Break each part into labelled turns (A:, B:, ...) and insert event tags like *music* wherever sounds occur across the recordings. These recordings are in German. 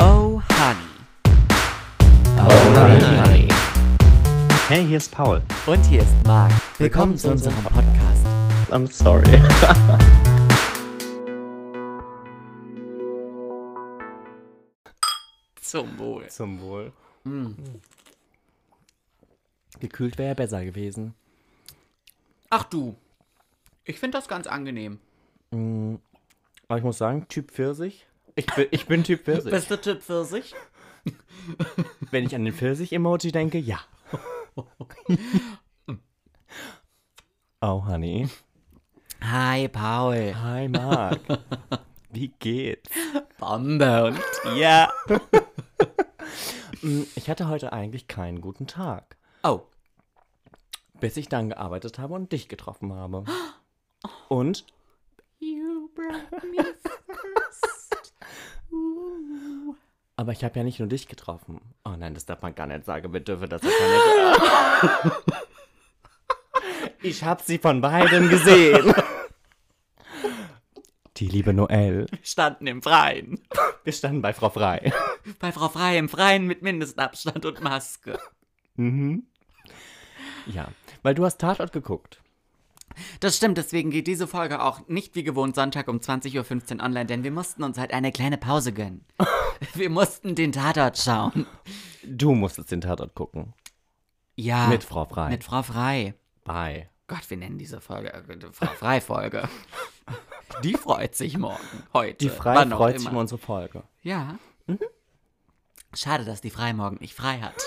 A: Oh, Honey.
B: Alright, honey.
C: Hey, hier ist Paul.
A: Und hier ist Marc. Willkommen zu unserem Podcast.
C: I'm sorry.
A: *laughs* Zum Wohl. Hm.
C: Zum Wohl. Hm.
A: Gekühlt wäre ja besser gewesen. Ach du. Ich finde das ganz angenehm.
C: Aber ich muss sagen, Typ Pfirsich. Ich bin, ich bin Typ Pfirsich.
A: du Typ für sich?
C: Wenn ich an den Pfirsich-Emoji
A: *laughs*
C: denke, ja. oh, Honey.
A: Hi, Paul. *laughs*
C: Hi, Marc. Wie geht's?
A: Bombe und
C: Ja. *laughs* Mm, ich hatte heute eigentlich keinen guten Tag,
A: Oh,
C: bis ich dann gearbeitet habe und dich getroffen habe. Und Aber ich habe ja nicht nur dich getroffen. Oh nein, das darf man gar nicht sagen. Wir dürfen das ja gar *laughs* nicht. ich habe sie von beiden gesehen. *laughs* Die liebe Noelle.
A: standen im Freien.
C: Wir standen bei Frau Frei.
A: Bei Frau Frei im Freien mit Mindestabstand und Maske.
C: Ja, weil du hast Tatort geguckt.
A: Das stimmt, deswegen geht diese Folge auch nicht wie gewohnt Sonntag um 20.15 Uhr online, denn wir mussten uns halt eine kleine Pause *laughs* gönnen. Wir mussten den Tatort schauen.
C: Du musstest den Tatort gucken.
A: Ja.
C: Ah, Mit Frau Frei.
A: Mit Frau Frei.
C: Bye.
A: Gott, wir nennen diese Folge äh, Frau Frei-Folge. *laughs* Die freut sich morgen, heute.
C: Die Frei
A: wann auch
C: freut sich
A: immer.
C: über unsere Folge.
A: Ja. Mhm. Schade, dass die Frei morgen nicht frei hat.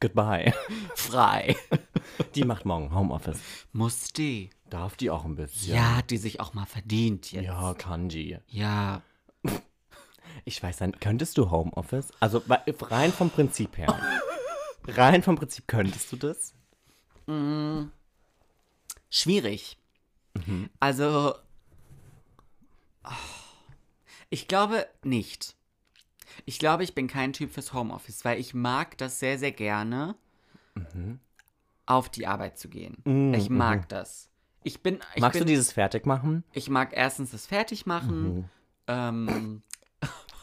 C: Goodbye.
A: *laughs* Frei.
C: Die macht morgen Homeoffice.
A: Muss die.
C: Darf die auch ein bisschen?
A: Ja, hat die sich auch mal verdient jetzt.
C: Ja, kann die.
A: ja.
C: Ich weiß dann, könntest du Homeoffice? Also wa- rein vom
A: *laughs*
C: Prinzip her. Rein vom Prinzip könntest du das?
A: schwierig.
C: Mhm.
A: Also, oh, ich glaube nicht. Ich glaube, ich bin kein Typ fürs Homeoffice, weil ich mag das sehr, sehr gerne,
C: Mhm.
A: auf die Arbeit zu gehen. Ich mag das. Ich bin, ich
C: Mm, Magst
A: bin,
C: du dieses Mhm. fertig machen?
A: Ich mag erstens das Fertigmachen, ähm,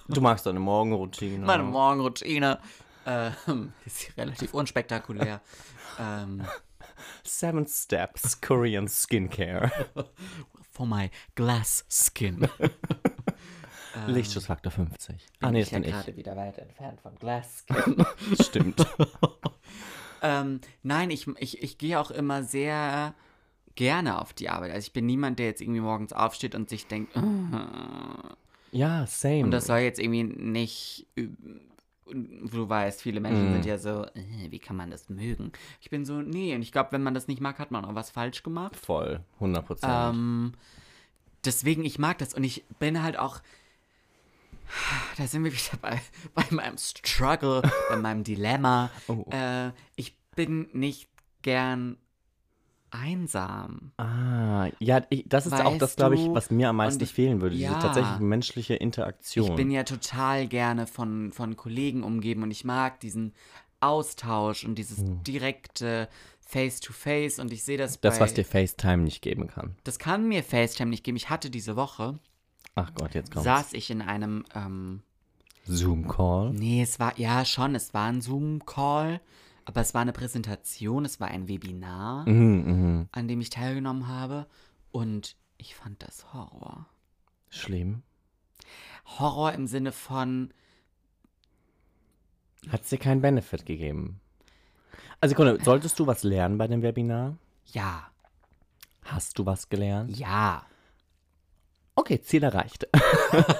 C: Du magst deine Morgenroutine.
A: meine Morgenroutine. Ähm, *laughs* ist relativ unspektakulär. ähm,
C: Seven Steps Korean Skincare.
A: for my glass skin. Ähm.
C: Lichtschutzfaktor 50. *laughs* Ah, nee, das bin ich.
A: gerade wieder weit entfernt von Glass.
C: Stimmt.
A: *laughs* ähm, nein, ich, ich, ich gehe auch immer sehr gerne auf die Arbeit. Also ich bin niemand, der jetzt irgendwie morgens aufsteht und sich denkt, "Äh,
C: Ja, same.
A: das soll jetzt irgendwie nicht. üb- Du weißt, viele Menschen sind ja so, "Äh, wie kann man das mögen? Ich bin so, nee, und ich glaube, wenn man das nicht mag, hat man auch was falsch gemacht.
C: Voll, 100 Prozent.
A: Ähm, deswegen, ich mag das und ich bin halt auch. *sighs* Da sind wir wieder bei, *laughs* bei meinem Struggle, bei meinem Dilemma.
C: *laughs* Oh.
A: Äh, ich bin nicht gern einsam.
C: ah, ja, ich, das ist auch das,
A: weißt
C: glaube ich,
A: du,
C: was mir am meisten
A: und ich-
C: fehlen würde. Diese
A: ja.
C: tatsächlich menschliche Interaktion.
A: Ich bin ja total gerne von, von Kollegen umgeben und ich mag diesen Austausch und dieses direkte Face-to-Face und ich sehe das,
C: Hm. das,
A: bei...
C: was dir FaceTime nicht geben kann.
A: das kann mir FaceTime nicht geben. Ich hatte diese Woche,
C: Ach Gott, jetzt kommt's.
A: saß ich in einem... Ähm,
C: Zoom-Call.
A: Nee, es war, ja schon, es war ein Zoom-Call, aber es war eine Präsentation, es war ein Webinar,
C: Mhm, mhm.
A: an dem ich teilgenommen habe und ich fand das Horror.
C: Schlimm.
A: Horror im Sinne von,
C: Hat es dir keinen Benefit gegeben? Also, Sekunde, solltest du was lernen bei dem Webinar?
A: ja,
C: Hast du was gelernt?
A: ja.
C: Okay, Ziel erreicht.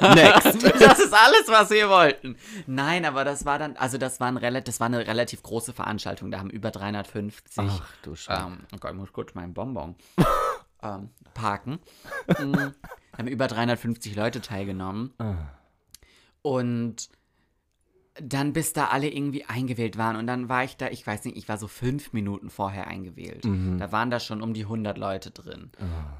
C: Next.
A: *laughs* Das ist alles, was wir wollten. Nein, aber das war dann, also das war, ein, rela- das war eine relativ große Veranstaltung, da haben über 350
C: Ach du Scheiße.
A: Ähm, oh Gott, ich muss kurz meinen Bonbon ähm, parken. Mhm. haben über 350 Leute teilgenommen. Und dann bis da alle irgendwie eingewählt waren. Und dann war ich da, ich weiß nicht, ich war so fünf Minuten vorher eingewählt. Da waren da schon um die 100 Leute drin.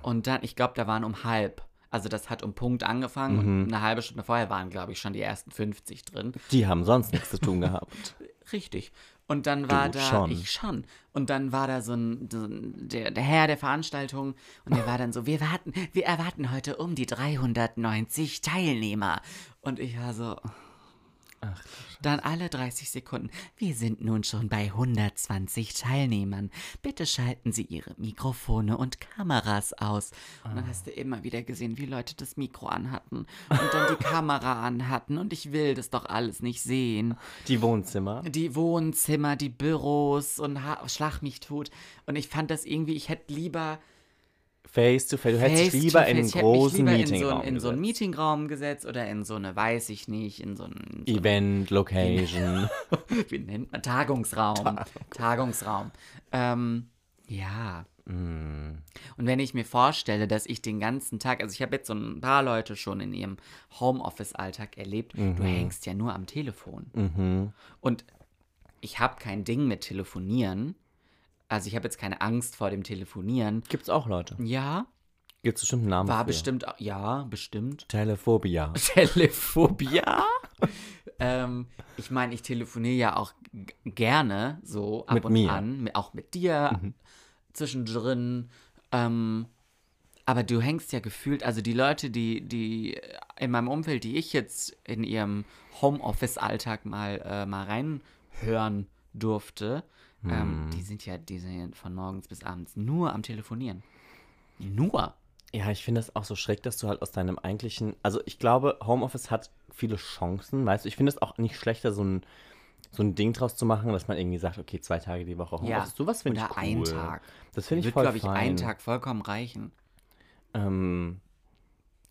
A: Und dann, ich glaube, da waren um halb. Also das hat um Punkt angefangen und eine halbe Stunde vorher waren, glaube ich, schon die ersten 50 drin.
C: Die haben sonst nichts zu tun gehabt.
A: Richtig. Und dann war da,
C: schon.
A: ich schon. Und dann war da so ein, so ein der, der Herr der Veranstaltung und der war dann so, wir warten, wir erwarten heute um die 390 Teilnehmer. Und ich war so, dann alle 30 Sekunden. Wir sind nun schon bei 120 Teilnehmern. Bitte schalten Sie Ihre Mikrofone und Kameras aus. Und dann hast du immer wieder gesehen, wie Leute das Mikro anhatten und dann die Kamera anhatten. Und ich will das doch alles nicht sehen.
C: Die Wohnzimmer.
A: Die Wohnzimmer, die Büros und ha Schlag mich tot. Und ich fand das irgendwie, ich hätte lieber
C: Face to face. Du hättest dich
A: Face
C: lieber
A: to
C: in einen
A: face. Ich hätte mich
C: großen
A: lieber
C: Meetingraum.
A: in so, einen- in so einen
C: gesetzt.
A: Meetingraum gesetzt oder in so eine, weiß ich nicht, in so einen
C: Event,
A: Genau.
C: Location.
A: *laughs* wie nennt man Tagungsraum. Tagungsraum. Ähm, ja. Und wenn ich mir vorstelle, dass ich den ganzen Tag, also ich habe jetzt so ein paar Leute schon in ihrem Homeoffice-Alltag erlebt, du hängst ja nur am Telefon. Und ich habe kein Ding mit Telefonieren. Also ich habe jetzt keine Angst vor dem Telefonieren.
C: Gibt's auch Leute.
A: Ja,
C: Gibt's bestimmt einen Namen.
A: war
C: für.
A: bestimmt, auch- ja, bestimmt.
C: Telephobia.
A: Telephobia? ähm, ich meine, ich telefoniere ja auch g- gerne so ab
C: Mit
A: und
C: mir. Mhm.
A: an, mi- auch mit dir zwischendrin. Ähm, aber du hängst ja gefühlt, also die Leute, die, die in meinem Umfeld, die ich jetzt in ihrem Homeoffice-Alltag mal, äh, mal reinhören durfte,
C: Mhm.
A: ähm, die sind ja, die sind ja von morgens bis abends nur am Telefonieren. Nur.
C: Ja, ich finde das auch so schräg, dass du halt aus deinem eigentlichen. Also, ich glaube, Homeoffice hat viele Chancen, weißt du? Ich finde es auch nicht schlechter, so ein, so ein Ding draus zu machen, dass man irgendwie sagt, okay, zwei Tage die Woche Homeoffice.
A: Ja.
C: Sowas finde ich cool.
A: Oder einen Tag.
C: Das finde ich
A: Wird,
C: voll
A: glaube ich,
C: fein.
A: einen Tag vollkommen reichen.
C: Ähm,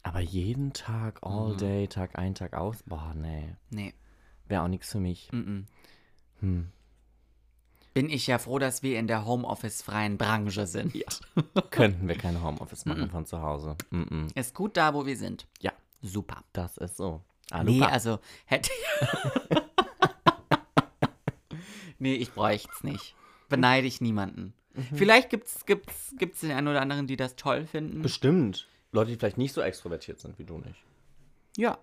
C: aber jeden Tag, all
A: Mhm.
C: day, Tag ein, Tag aus, boah, nee.
A: Nee.
C: Wäre auch nichts für mich.
A: Mhm. Bin ich ja froh, dass wir in der Homeoffice-freien Branche sind.
C: Könnten wir kein Homeoffice
A: Mhm.
C: machen von zu Hause. Mm -mm.
A: *laughs* Ist gut da, wo wir sind.
C: Ja,
A: Super.
C: das ist so.
A: Nee,
C: Alupa.
A: also hätte *laughs* Nee, ich bräuchte es nicht. Beneide ich niemanden. Vielleicht gibt's, gibt's, gibt's den einen oder anderen, die das toll finden.
C: Bestimmt. Leute, die vielleicht nicht so extrovertiert sind wie du nicht.
A: ja.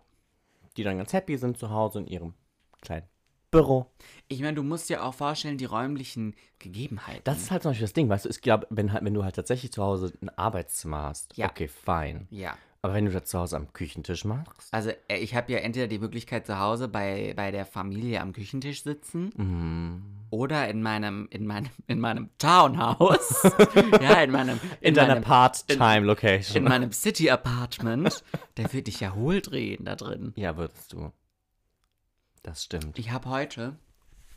C: Die dann ganz happy sind zu Hause in ihrem kleinen Büro.
A: Ich meine, du musst dir auch vorstellen, die räumlichen Gegebenheiten.
C: Das ist halt zum Beispiel das Ding, weißt du, ich glaube, wenn, halt- wenn du halt tatsächlich zu Hause ein Arbeitszimmer hast,
A: Ja.
C: okay, fein.
A: ja.
C: Aber wenn du das zu Hause am Küchentisch machst,
A: Also äh, ich habe ja entweder die Möglichkeit zu Hause bei, bei der Familie am Küchentisch sitzen oder in meinem in meinem in meinem Townhouse, ja in meinem in,
C: in deiner
A: meinem, in
C: Part-Time-Location.
A: meinem City Apartment, da würde ich ja hohl drehen da drin.
C: Ja, würdest du. Das stimmt.
A: Ich habe heute,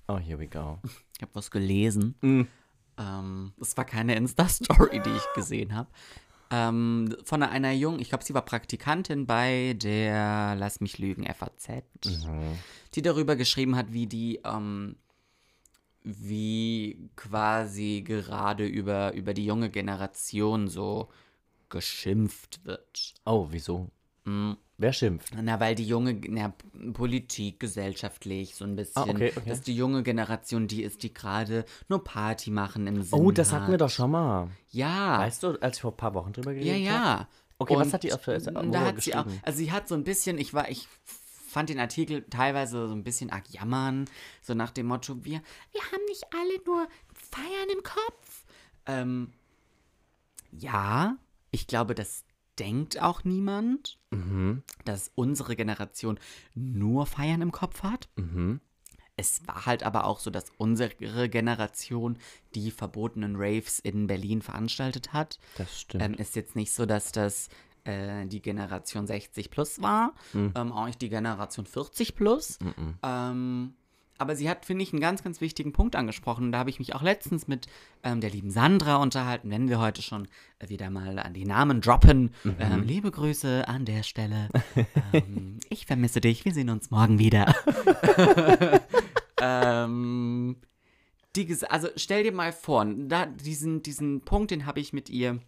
C: Oh, here we go.
A: ich habe was gelesen. Ähm, es war keine Insta-Story, die ich gesehen habe. Ähm, von einer jungen, ich glaube, sie war Praktikantin bei der Lass mich lügen FAZ, die darüber geschrieben hat, wie die, ähm, wie quasi gerade über, über die junge Generation so geschimpft wird.
C: Oh, wieso?
A: Mm.
C: Wer schimpft?
A: Na, weil die junge, na, Politik, gesellschaftlich, so ein bisschen,
C: Ah, okay, okay.
A: dass die junge Generation die ist, die gerade nur Party machen im Sinne.
C: Oh, das hatten wir
A: hat.
C: doch schon mal.
A: Ja.
C: Weißt du, als ich vor ein paar Wochen drüber
A: ja,
C: geredet habe?
A: ja.
C: Okay, was hat die auf der- worüber
A: da hat sie auch,
C: geschrieben?
A: Also sie hat so ein bisschen, ich war, ich fand den Artikel teilweise so ein bisschen arg jammern, so nach dem Motto, wir, wir haben nicht alle nur Feiern im Kopf. Ähm, ja, ich glaube, das denkt auch niemand,
C: Mhm.
A: dass unsere Generation nur Feiern im Kopf hat.
C: Mhm.
A: Es war halt aber auch so, dass unsere Generation die verbotenen Raves in Berlin veranstaltet hat.
C: Das stimmt.
A: Ähm, ist jetzt nicht so, dass das äh, die Generation 60 plus war, ähm, auch nicht die Generation 40 plus. Ähm, aber sie hat, finde ich, einen ganz, ganz wichtigen Punkt angesprochen. Und Da habe ich mich auch letztens mit ähm, der lieben Sandra unterhalten, wenn wir heute schon äh, wieder mal an die Namen droppen. Ähm, liebe Grüße an der Stelle. *laughs* ähm, ich vermisse dich. Wir sehen uns morgen wieder. ähm, die, ges- also stell dir mal vor, da, diesen, diesen Punkt, den habe ich mit ihr,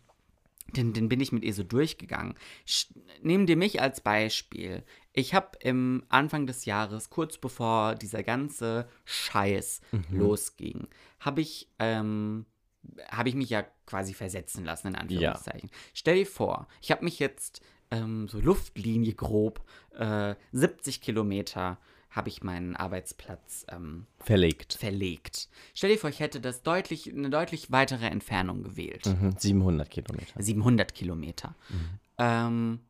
A: den, den bin ich mit ihr so durchgegangen. Sch nehmen dir mich als Beispiel. Ich habe im Anfang des Jahres, kurz bevor dieser ganze Scheiß losging, habe ich, ähm, habe ich mich ja quasi versetzen lassen, in Anführungszeichen. Stell dir vor, ich habe mich jetzt ähm, so Luftlinie grob äh, 70 Kilometer habe ich meinen Arbeitsplatz ähm,
C: Verlegt.
A: verlegt. Stell dir vor, ich hätte das deutlich, eine deutlich weitere Entfernung gewählt.
C: Mhm. 700 Kilometer.
A: 700 Kilometer. Ähm,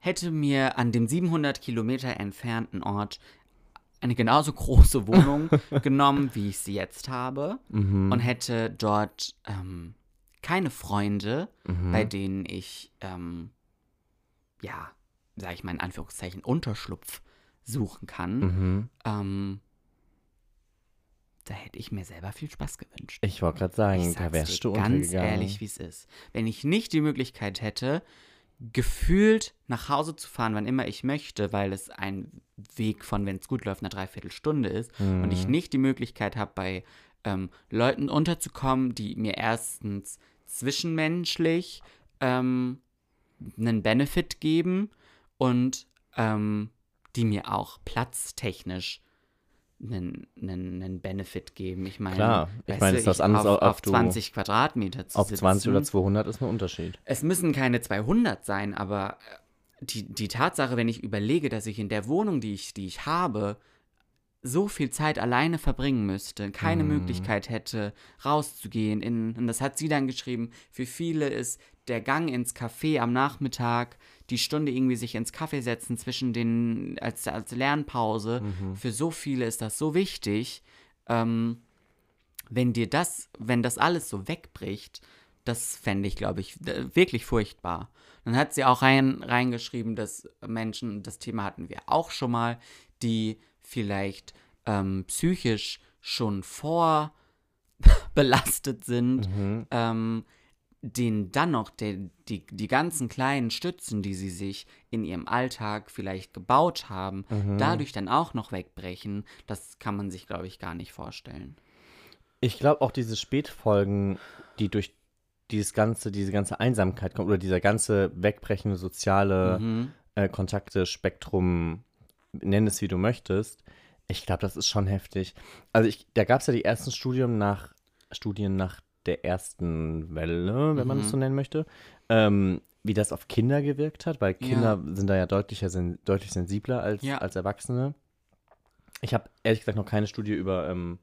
A: hätte mir an dem 700 Kilometer entfernten Ort eine genauso
C: *laughs*
A: große Wohnung genommen, wie ich sie jetzt habe,
C: Mhm.
A: und hätte dort ähm, keine Freunde,
C: Mhm.
A: bei denen ich, ähm, ja, sage ich mal in Anführungszeichen, Unterschlupf suchen kann.
C: Mhm.
A: Ähm, da hätte ich mir selber viel Spaß gewünscht.
C: Ich wollte gerade sagen,
A: Ich
C: Mhm, da
A: sag's
C: wärst
A: dir
C: du
A: ganz
C: untergegangen.
A: ehrlich, wie es ist. Wenn ich nicht die Möglichkeit hätte, gefühlt nach Hause zu fahren, wann immer ich möchte, weil es ein Weg von, wenn es gut läuft, einer Dreiviertelstunde ist und
C: Mhm.
A: ich nicht die Möglichkeit habe, bei ähm, Leuten unterzukommen, die mir erstens zwischenmenschlich ähm, einen Benefit geben und ähm, die mir auch platztechnisch einen, einen, einen Benefit geben. Ich meine,
C: Klar, ich
A: weißt
C: meine,
A: du,
C: es ist was anderes,
A: auf,
C: ob
A: auf
C: du-
A: 20 Quadratmeter zu
C: Ob
A: sitzen.
C: 20 oder 200 ist ein Unterschied.
A: Es müssen keine 200 sein, aber äh, die, die Tatsache, wenn ich überlege, dass ich in der Wohnung, die ich, die ich habe, so viel Zeit alleine verbringen müsste, keine Möglichkeit hätte, rauszugehen. In, und das hat sie dann geschrieben, für viele ist der Gang ins Café am Nachmittag, die Stunde irgendwie sich ins Café setzen zwischen den, als, als Lernpause, für so viele ist das so wichtig. Ähm, wenn dir das, wenn das alles so wegbricht, das fände ich, glaube ich, d- wirklich furchtbar. Dann hat sie auch rein, reingeschrieben, dass Menschen, das Thema hatten wir auch schon mal, die vielleicht ähm, psychisch schon *laughs* vorbelastet sind, ähm, denen dann noch der, die, die ganzen kleinen Stützen, die sie sich in ihrem Alltag vielleicht gebaut haben, dadurch dann auch noch wegbrechen, das kann man sich, glaube ich, gar nicht vorstellen.
C: Ich glaube auch diese Spätfolgen, die durch dieses ganze, diese ganze Einsamkeit kommt oder dieser ganze wegbrechende soziale äh, Kontakte, Spektrum, nenn es wie du möchtest. Ich glaube, das ist schon heftig. Also ich, da gab es ja die ersten Studien nach Studien nach der ersten Welle, wenn man es so nennen möchte, ähm, wie das auf Kinder gewirkt hat, weil Kinder sind da ja deutlicher, sen deutlich sensibler als,
A: Ja.
C: als Erwachsene. Ich habe ehrlich gesagt noch keine Studie über ähm,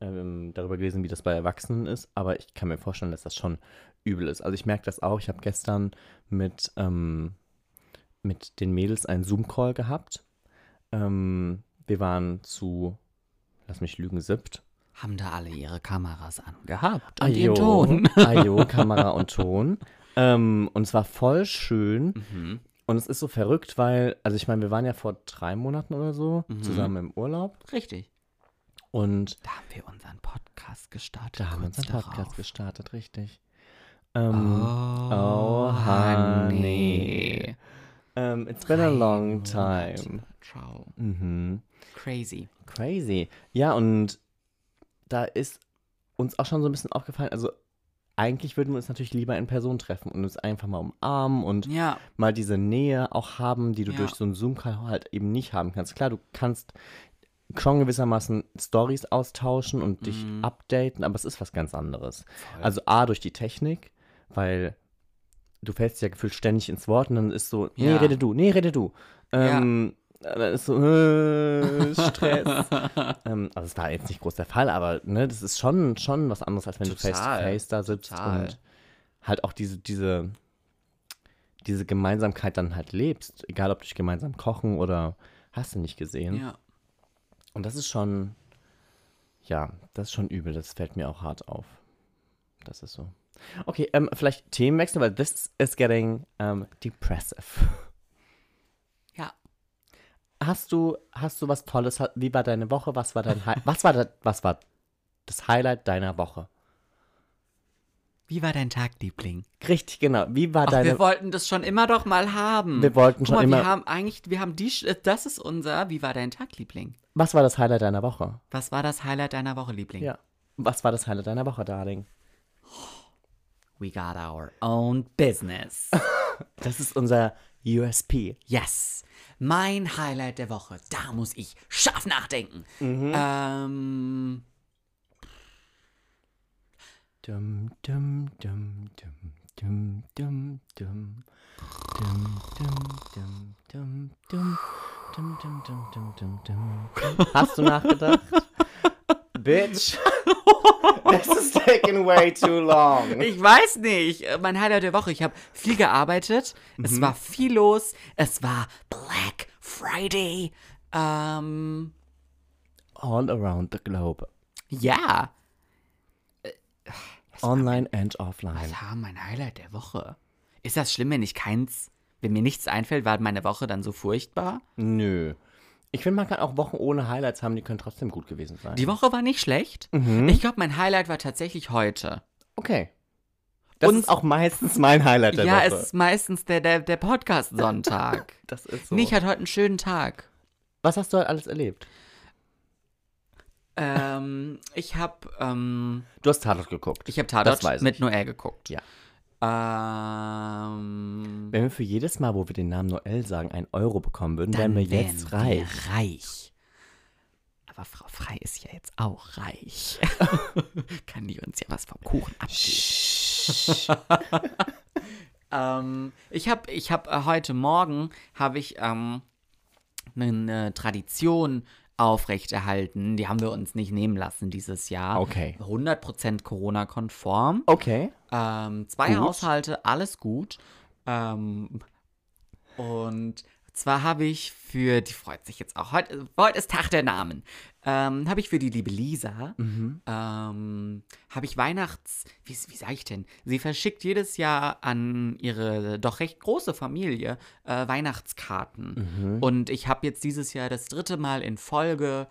C: ähm, darüber gelesen, wie das bei Erwachsenen ist, aber ich kann mir vorstellen, dass das schon übel ist. Also ich merke das auch. Ich habe gestern mit, ähm, mit den Mädels einen Zoom-Call gehabt. Ähm, wir waren zu, lass mich lügen, siebt.
A: haben da alle ihre Kameras angehabt und
C: Ajo,
A: ihren Ton.
C: Ajo, Kamera und Ton. Ähm, und es war voll schön. Und es ist so verrückt, weil, also ich meine, wir waren ja vor drei Monaten oder so
A: Mhm.
C: zusammen im Urlaub
A: Richtig.
C: und
A: Da haben wir unseren Podcast gestartet.
C: da haben wir
A: kurz
C: unseren Podcast
A: darauf.
C: gestartet, richtig. Ähm,
A: Oh,
C: oh, honey.
A: honey.
C: ähm, it's been a long time.
A: Ciao.
C: Mhm.
A: Crazy.
C: Crazy. Ja, und da ist uns auch schon so ein bisschen aufgefallen, also eigentlich würden wir uns natürlich lieber in Person treffen und uns einfach mal umarmen und
A: Ja,
C: mal diese Nähe auch haben, die du
A: Ja.
C: durch so einen Zoom-Call halt eben nicht haben kannst. Klar, du kannst schon gewissermaßen Stories austauschen und dich updaten, aber es ist was ganz anderes. Also A, durch die Technik, weil du fällst ja gefühlt ständig ins Wort und dann ist so, nee,
A: Ja.
C: rede du, nee, rede du.
A: Ja.
C: Ähm, Dann ist so, äh,
A: *laughs*
C: Stress. ähm, also es war jetzt nicht groß der Fall, aber ne, das ist schon, schon was anderes, als wenn du
A: Total.
C: face-to-face da sitzt
A: Total.
C: und halt auch diese, diese, diese Gemeinsamkeit dann halt lebst. Egal, ob durch gemeinsam kochen oder hast du nicht gesehen.
A: ja.
C: Und das ist schon, ja, das ist schon übel. Das fällt mir auch hart auf. Das ist so. Okay, ähm, vielleicht Themenwechsel, weil this is getting ähm, depressive.
A: Ja.
C: Hast du, hast du was Tolles? Ha- Wie war deine Woche? Was war
A: *laughs*
C: dein Hi was war das, was war das Highlight deiner Woche?
A: Wie war dein Tag, Liebling?
C: Richtig, genau. Wie war
A: Ach,
C: deine
A: wir wollten das schon immer doch mal haben.
C: Wir wollten
A: Guck
C: schon
A: mal,
C: immer-
A: Wir haben eigentlich, wir haben die, Sch- äh, das ist unser, wie war dein Tag, Liebling?
C: Was war das Highlight deiner Woche?
A: Was war das Highlight deiner Woche, Liebling?
C: Ja. Was war das Highlight deiner Woche, Darling?
A: We got our own business.
C: Das ist unser USP.
A: Yes. Mein Highlight der Woche. Da muss ich scharf nachdenken. Ähm,
C: Dum, dum, dum, dum, dum, dum, dum. Dum, dum, dum, dum, dum, Dum, dum, dum, dum, dum, dum. Hast du *laughs* nachgedacht? Bitch. This is taking way too long.
A: Ich weiß nicht. Äh, Mein Highlight der Woche. Ich habe viel gearbeitet. Es war viel los. Es war Black Friday. Ähm,
C: All around the globe.
A: ja.
C: Online and offline.
A: Das war mein Highlight der Woche. Ist das schlimm, wenn ich keins, wenn mir nichts einfällt, war meine Woche dann so furchtbar?
C: Nö. Ich finde, man kann auch Wochen ohne Highlights haben, die können trotzdem gut gewesen sein.
A: Die Woche war nicht schlecht. Ich glaube, mein Highlight war tatsächlich heute.
C: okay. Das
A: Und-
C: ist auch meistens mein Highlight der
A: ja,
C: Woche.
A: es ist meistens der, der, der Podcast-Sonntag.
C: das ist so.
A: Nich hat heute einen schönen Tag.
C: Was hast du halt alles erlebt?
A: Ähm, *laughs* ich habe ähm,
C: Du hast Tatort geguckt.
A: ich hab Tatort
C: Das weiß ich.
A: mit Noel geguckt.
C: Ja.
A: Ähm,
C: Wenn wir für jedes Mal, wo wir den Namen Noel sagen, einen Euro bekommen würden, wären wir jetzt
A: wären wir
C: reich.
A: reich. Aber Frau Frei ist ja jetzt auch
C: *laughs*
A: reich. Kann die uns ja was vom Kuchen abgeben. *laughs* ähm, ich habe ich hab, äh, heute Morgen habe ich ähm, eine Tradition aufrechterhalten. Die haben wir uns nicht nehmen lassen dieses Jahr.
C: Okay.
A: 100% Corona-konform.
C: Okay.
A: Ähm, zwei
C: Gut.
A: Haushalte, alles gut. Ähm, und zwar habe ich für, die freut sich jetzt auch, heute, heute ist Tag der Namen, ähm, habe ich für die liebe Lisa, ähm, habe ich Weihnachts, wie, wie sage ich denn, sie verschickt jedes Jahr an ihre doch recht große Familie äh, Weihnachtskarten. Und ich habe jetzt dieses Jahr das dritte Mal in Folge,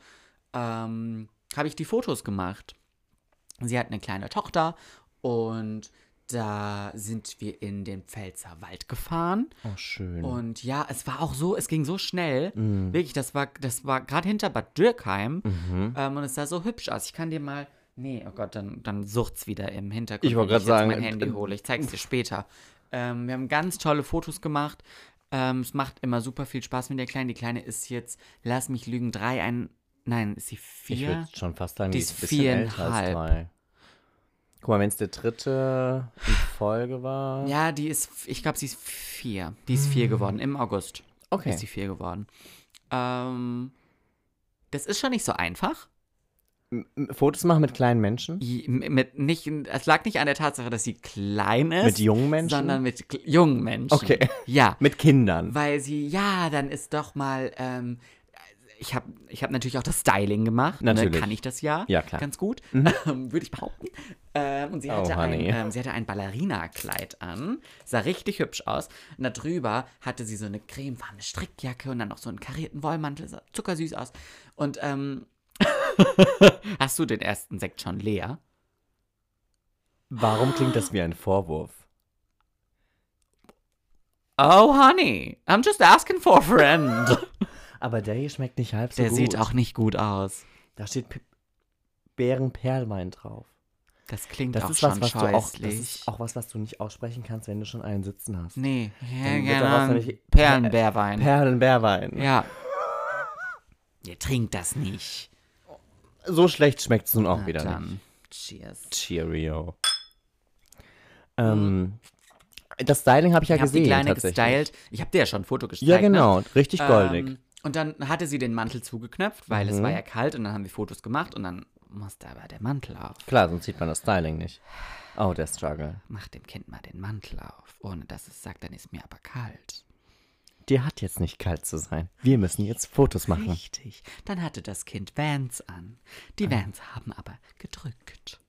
A: ähm, habe ich die Fotos gemacht. Sie hat eine kleine Tochter und da sind wir in den Pfälzer Wald gefahren.
C: Oh, schön.
A: Und ja, es war auch so, es ging so schnell.
C: Mhm.
A: Wirklich, das war, das war gerade hinter Bad Dürkheim.
C: Mhm.
A: Ähm, und es sah so hübsch aus. Ich kann dir mal. Nee, oh Gott, dann, dann sucht's wieder im Hintergrund.
C: Ich wollte
A: wenn
C: gerade
A: jetzt
C: sagen,
A: mein Handy
C: äh,
A: hole. Ich zeig's dir später. Ähm, wir haben ganz tolle Fotos gemacht. Ähm, es macht immer super viel Spaß mit der Kleinen. Die Kleine ist jetzt, lass mich lügen, drei, ein. Nein, ist sie
C: ich würde
A: vier?
C: schon fast sagen,
A: Die
C: die
A: ist
C: ist ein bisschen älter als
A: viereinhalb.
C: drei. Guck mal, wenn es der dritte in Folge war.
A: Ja, die ist, ich glaube, sie ist vier. Die ist vier geworden, im August.
C: Mhm. okay.
A: ist sie vier geworden. Ähm, das ist schon nicht so einfach.
C: M- Fotos machen mit kleinen Menschen?
A: I- Mit nicht, es lag nicht an der Tatsache, dass sie klein ist.
C: Mit jungen Menschen?
A: Sondern mit kl- jungen Menschen.
C: Okay.
A: Ja,
C: mit Kindern.
A: weil sie, ja, dann ist doch mal, ähm, ich habe ich hab natürlich auch das Styling gemacht. Ne?
C: Natürlich.
A: Kann ich das ja?
C: Ja, klar. Mhm.
A: Ganz gut, *laughs* ähm, würde ich behaupten. Ähm, und sie
C: Oh,
A: hatte, ein,
C: honey.
A: ähm, sie hatte ein Ballerina-Kleid an, sah richtig hübsch aus. Und darüber hatte sie so eine cremefarbene Strickjacke und dann noch so einen karierten Wollmantel, sah zuckersüß aus. Und
C: *laughs*
A: ähm, hast du den ersten Sekt schon leer?
C: Warum klingt das wie ein Vorwurf?
A: Oh, honey, I'm just asking for a friend.
C: *laughs* Aber der hier schmeckt nicht halb so
A: Der
C: gut.
A: sieht auch nicht gut aus.
C: Da steht P Bärenperlwein drauf.
A: Das klingt
C: Das
A: auch
C: ist
A: schon
C: was, was du auch, das
A: scheußlich.
C: ist auch was, was du nicht aussprechen kannst, wenn du schon einen sitzen hast.
A: Nee, ja,
C: Dann wird
A: genau.
C: daraus nämlich
A: Perlenbärwein.
C: Perlenbärwein.
A: ja. *laughs* Ihr trinkt das nicht.
C: So schlecht schmeckt es nun auch
A: Na
C: wieder
A: dann.
C: nicht.
A: Cheers.
C: Cheerio. Ähm, das Styling habe ich ja
A: Hm. Ich habe
C: gesehen.
A: die Kleine
C: tatsächlich.
A: gestylt. Ich habe dir ja schon ein Foto gezeigt.
C: Ja, genau. Richtig
A: Ne?
C: goldig. Mhm.
A: Ähm, und dann hatte sie den Mantel zugeknöpft, weil es war ja kalt und dann haben wir Fotos gemacht und dann musste aber der Mantel auf.
C: Klar, sonst sieht man das Styling nicht. Oh, der Struggle.
A: Mach dem Kind mal den Mantel auf, ohne dass es sagt, dann ist mir aber kalt.
C: Dir hat jetzt nicht kalt zu sein. Wir müssen jetzt Fotos machen.
A: Richtig. Dann hatte das Kind Vans an.
C: Ah.
A: Die Vans haben aber gedrückt.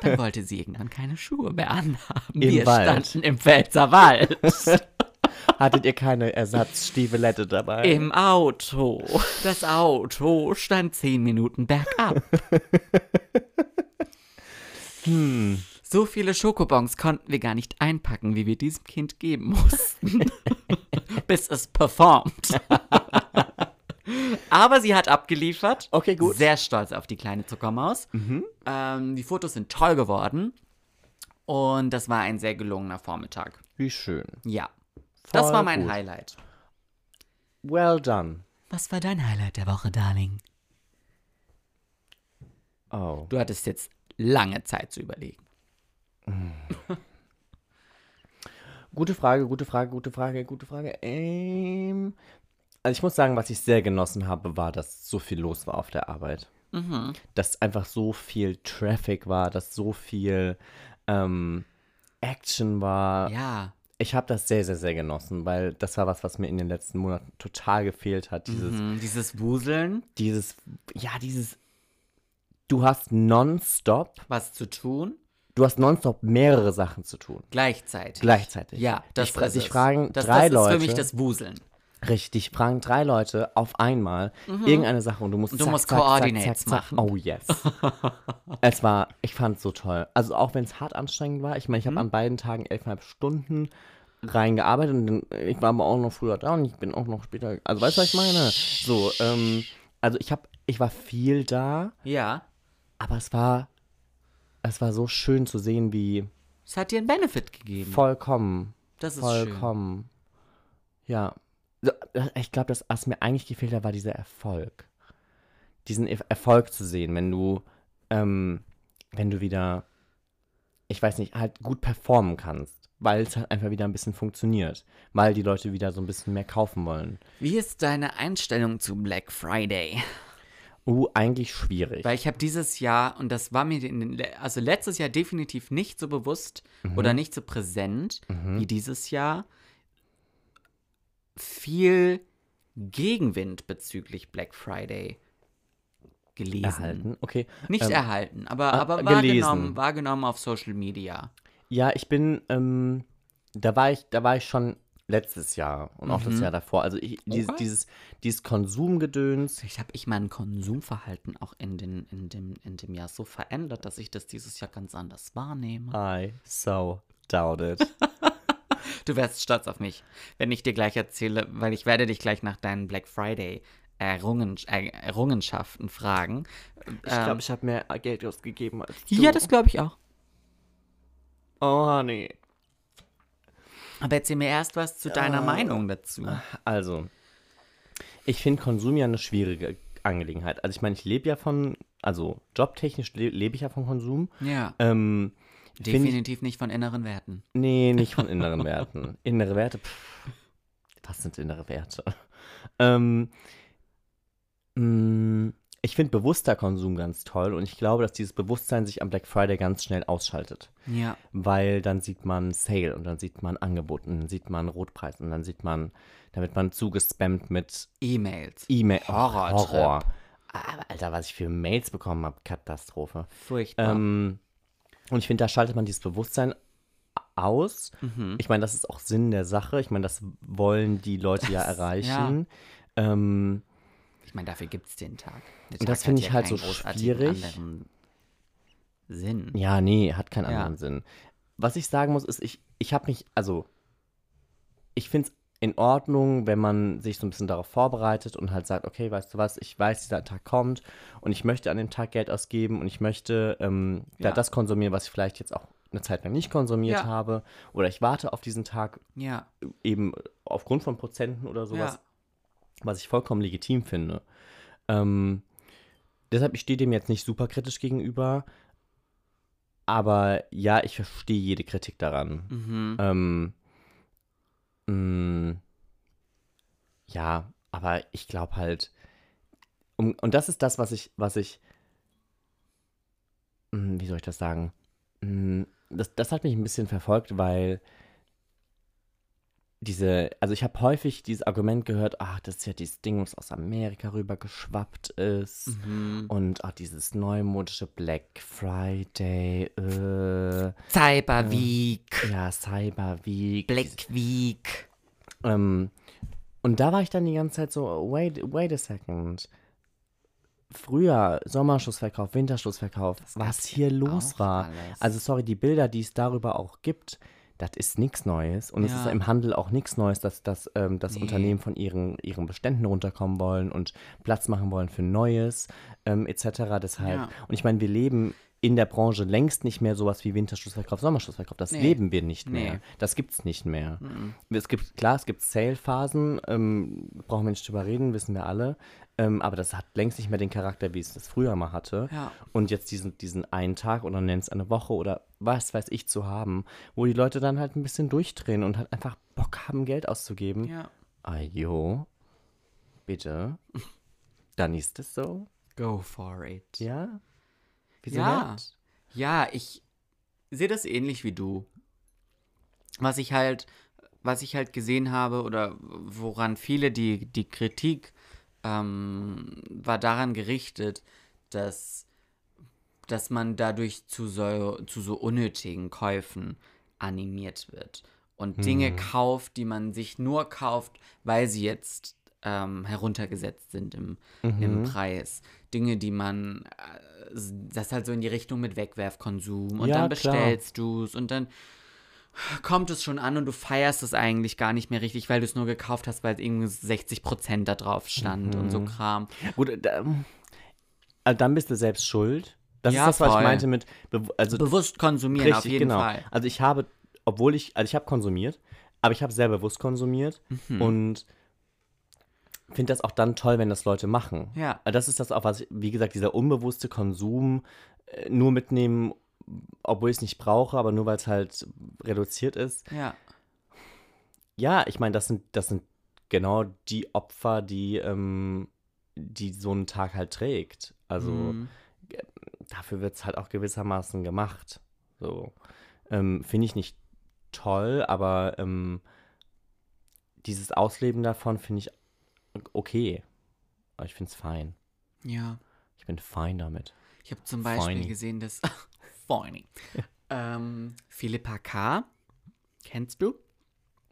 A: Dann wollte sie irgendwann keine Schuhe mehr anhaben.
C: Im
A: Wir
C: Wald.
A: standen im Pfälzer Wald.
C: Hattet ihr keine Ersatzstiefelette dabei?
A: Im Auto. Das Auto stand zehn Minuten bergab.
C: Hm.
A: So viele Schokobons konnten wir gar nicht einpacken, wie wir diesem Kind geben mussten. *laughs* Bis es
C: *laughs*
A: performt. Aber sie hat abgeliefert.
C: Okay, gut. Mhm.
A: Sehr stolz auf die kleine Zuckermaus. Ähm, die Fotos sind toll geworden. Und das war ein sehr gelungener Vormittag.
C: Wie schön.
A: Ja. das
C: Voll
A: war mein
C: gut.
A: Highlight.
C: Well done.
A: Was war dein Highlight der Woche, Darling?
C: Oh.
A: Du hattest jetzt lange Zeit zu überlegen.
C: Gute Frage, gute Frage, gute Frage, gute Frage. Ähm, also ich muss sagen, was ich sehr genossen habe, war, dass so viel los war auf der Arbeit.
A: Mhm.
C: Dass einfach so viel Traffic war, dass so viel ähm, Action war.
A: Ja.
C: Ich habe das sehr, sehr, sehr genossen, weil das war was, was mir in den letzten Monaten total gefehlt hat. Dieses,
A: Mhm. Dieses Wuseln,
C: dieses, ja, dieses, du hast nonstop,
A: was zu tun,
C: du hast nonstop mehrere Sachen zu tun.
A: gleichzeitig.
C: Gleichzeitig.
A: Ja, das
C: dich, fra-
A: ist
C: dich
A: es.
C: fragen
A: das,
C: drei
A: das
C: Leute.
A: ist für mich das Wuseln.
C: Richtig, fragen drei Leute auf einmal irgendeine Sache und du musst
A: Mhm. du musst Coordinates machen. *laughs*
C: Oh yes. es war, ich fand es so toll. Also auch wenn es hart anstrengend war, ich meine,
A: Mhm.
C: ich habe an beiden Tagen elfeinhalb Stunden reingearbeitet und dann, ich war aber auch noch früher da und ich bin auch noch später. Also weißt du, was ich meine? So, ähm, also ich habe, ich war viel da,
A: Ja.
C: aber es war, es war so schön zu sehen, wie
A: Es hat dir einen Benefit gegeben.
C: vollkommen
A: das ist schön.
C: Vollkommen. Ja. So, äh, Ich glaube, das, was mir eigentlich gefehlt hat, war dieser Erfolg. Diesen Eff- Erfolg zu sehen, wenn du, ähm, wenn du wieder, ich weiß nicht, halt gut performen kannst, weil es halt einfach wieder ein bisschen funktioniert, weil die Leute wieder so ein bisschen mehr kaufen wollen.
A: Wie ist deine Einstellung zu Black Friday?
C: Uh, eigentlich schwierig.
A: Weil ich habe dieses Jahr, und das war mir in den, le- also letztes Jahr definitiv nicht so bewusst
C: Mhm.
A: oder nicht so präsent wie dieses Jahr, viel Gegenwind bezüglich Black Friday gelesen.
C: erhalten. Okay.
A: Nicht
C: Ähm,
A: erhalten, aber,
C: ah,
A: aber
C: gelesen.
A: wahrgenommen, wahrgenommen auf Social Media.
C: Ja, ich bin, ähm, da war ich, da war ich schon letztes Jahr und auch das Jahr davor. Also ich, dieses,
A: Mhm. Okay.
C: dieses, dieses Konsumgedöns,
A: Vielleicht habe ich mein Konsumverhalten auch in, den, in, dem, in dem Jahr so verändert, dass ich das dieses Jahr ganz anders wahrnehme.
C: I so doubt it.
A: Du wärst stolz auf mich, wenn ich dir gleich erzähle, weil ich werde dich gleich nach deinen Black Friday Errungen, er, Errungenschaften fragen.
C: *laughs* Ich glaube, ich habe mehr Geld ausgegeben als du.
A: Ähm. Ja, das glaube ich auch.
C: Oh, honey.
A: Aber erzähl mir erst was zu deiner
C: Äh,
A: Meinung dazu.
C: Also, ich finde Konsum ja eine schwierige Angelegenheit. Also ich meine, ich lebe ja von, also jobtechnisch le lebe ich ja von Konsum.
A: Ja,
C: Ähm,
A: definitiv nicht von inneren Werten.
C: nee, nicht
A: *laughs*
C: von inneren Werten. Innere Werte, pff, was sind innere Werte? *laughs* Ähm, mh, ich finde bewusster Konsum ganz toll und ich glaube, dass dieses Bewusstsein sich am Black Friday ganz schnell ausschaltet.
A: Ja,
C: weil dann sieht man Sale und dann sieht man Angebot und dann sieht man Rotpreis und dann sieht man, da wird man zugespammt mit
A: E-Mails.
C: E-Mail. Oh,
A: Horrortrip.
C: Horror. Aber Alter, was ich für Mails bekommen habe, Katastrophe.
A: Furchtbar.
C: Ähm, und ich finde, da schaltet man dieses Bewusstsein aus.
A: Mhm.
C: Ich meine, das ist auch Sinn der Sache. Ich meine, das wollen die Leute ja erreichen. Ähm,
A: ich meine, dafür gibt es den Tag. Der
C: Und das
A: Tag
C: finde
A: hat
C: ich halt
A: keinen
C: so
A: großartigen
C: schwierig.
A: anderen Sinn.
C: Ja, nee, hat keinen
A: Ja.
C: anderen Sinn. Was ich sagen muss, ist, ich, ich habe mich, also, ich finde es in Ordnung, wenn man sich so ein bisschen darauf vorbereitet und halt sagt, okay, weißt du was, ich weiß, dieser Tag kommt und ich möchte an dem Tag Geld ausgeben und ich möchte ähm, da
A: Ja.
C: das konsumieren, was ich vielleicht jetzt auch eine Zeit lang nicht konsumiert
A: Ja.
C: habe oder ich warte auf diesen Tag
A: Ja,
C: eben aufgrund von Prozenten oder sowas
A: ja.
C: was ich vollkommen legitim finde. Ähm, deshalb, ich stehe dem jetzt nicht super kritisch gegenüber, aber ja, ich verstehe jede Kritik daran.
A: Mhm.
C: Ähm, mh, ja, aber ich glaube halt, um, und das ist das, was ich, was ich, mh, wie soll ich das sagen? Mh, das, das hat mich ein bisschen verfolgt, weil diese, also ich habe häufig dieses Argument gehört, ach, das ist ja dieses Ding, was aus Amerika rüber geschwappt ist.
A: Mhm.
C: Und auch dieses neumodische Black Friday, äh,
A: Cyber Week,
C: ja, Cyber Week.
A: Black Week.
C: Ähm, und da war ich dann die ganze Zeit so, oh, wait, wait a second. Früher Sommerschlussverkauf, Winterschlussverkauf, was
A: gab's
C: hier
A: hier
C: los
A: auch
C: war.
A: alles.
C: Also sorry, die Bilder, die es darüber auch gibt, das ist nichts Neues. Und es ist
A: Ja.
C: im Handel auch nichts Neues, dass, dass, ähm, dass Unternehmen von ihren, ihren Beständen runterkommen wollen und Platz machen wollen für Neues, ähm, etc. Deshalb.
A: Ja.
C: Und ich meine, wir leben in der Branche längst nicht mehr sowas wie Winterschlussverkauf, Sommerschlussverkauf. Das
A: Nee.
C: leben wir nicht
A: Nee.
C: mehr. Das gibt's nicht mehr. Es gibt, klar, es gibt Sale-Phasen, ähm, brauchen wir nicht drüber reden, wissen wir alle. Ähm, aber das hat längst nicht mehr den Charakter, wie es das früher mal hatte.
A: Ja.
C: Und jetzt diesen, diesen einen Tag oder nenn es eine Woche oder was weiß ich zu haben, wo die Leute dann halt ein bisschen durchdrehen und halt einfach Bock haben, Geld auszugeben.
A: Ja.
C: Ah, jo.
A: *laughs*
C: Bitte. Dann ist es so.
A: Go for it.
C: Ja? Wieso
A: Ja.
C: nicht?
A: Ja, ich sehe das ähnlich wie du. Was ich halt, was ich halt gesehen habe oder woran viele die, die Kritik ähm, war daran gerichtet, dass, dass man dadurch zu so, zu so unnötigen Käufen animiert wird
C: Hm.
A: und Dinge kauft, die man sich nur kauft, weil sie jetzt ähm, heruntergesetzt sind im,
C: Mhm.
A: im Preis. Dinge, die man, äh, das halt so in die Richtung mit Wegwerfkonsum und
C: Ja,
A: dann
C: klar.
A: bestellst du es und dann kommt es schon an und du feierst es eigentlich gar nicht mehr richtig, weil du es nur gekauft hast, weil irgendwie 60% da drauf stand und
C: Mhm.
A: so Kram.
C: Gut, äh, da, also dann bist du selbst schuld. Das
A: Ja,
C: ist das, was
A: voll.
C: ich meinte mit, bew- also
A: Bewusst konsumieren auf jeden Fall.
C: Also ich habe, obwohl ich, also ich habe konsumiert, aber ich habe sehr bewusst konsumiert
A: Mhm.
C: und finde das auch dann toll, wenn das Leute machen.
A: Ja.
C: Also Das ist das auch, was, ich, wie gesagt, dieser unbewusste Konsum äh, nur mitnehmen, obwohl ich es nicht brauche, aber nur weil es halt reduziert ist.
A: Ja.
C: Ja, ich meine, das sind, das sind genau die Opfer, die, ähm, die so einen Tag halt trägt. Also
A: Mhm.
C: dafür wird es halt auch gewissermaßen gemacht. So. Ähm, Finde ich nicht toll, aber ähm, dieses Ausleben davon finde ich okay. Aber ich finde es fein.
A: Ja.
C: Ich bin fein damit.
A: Ich habe zum Beispiel
C: Feini.
A: gesehen, dass *laughs* Feini. ähm, Philippa K. Kennst du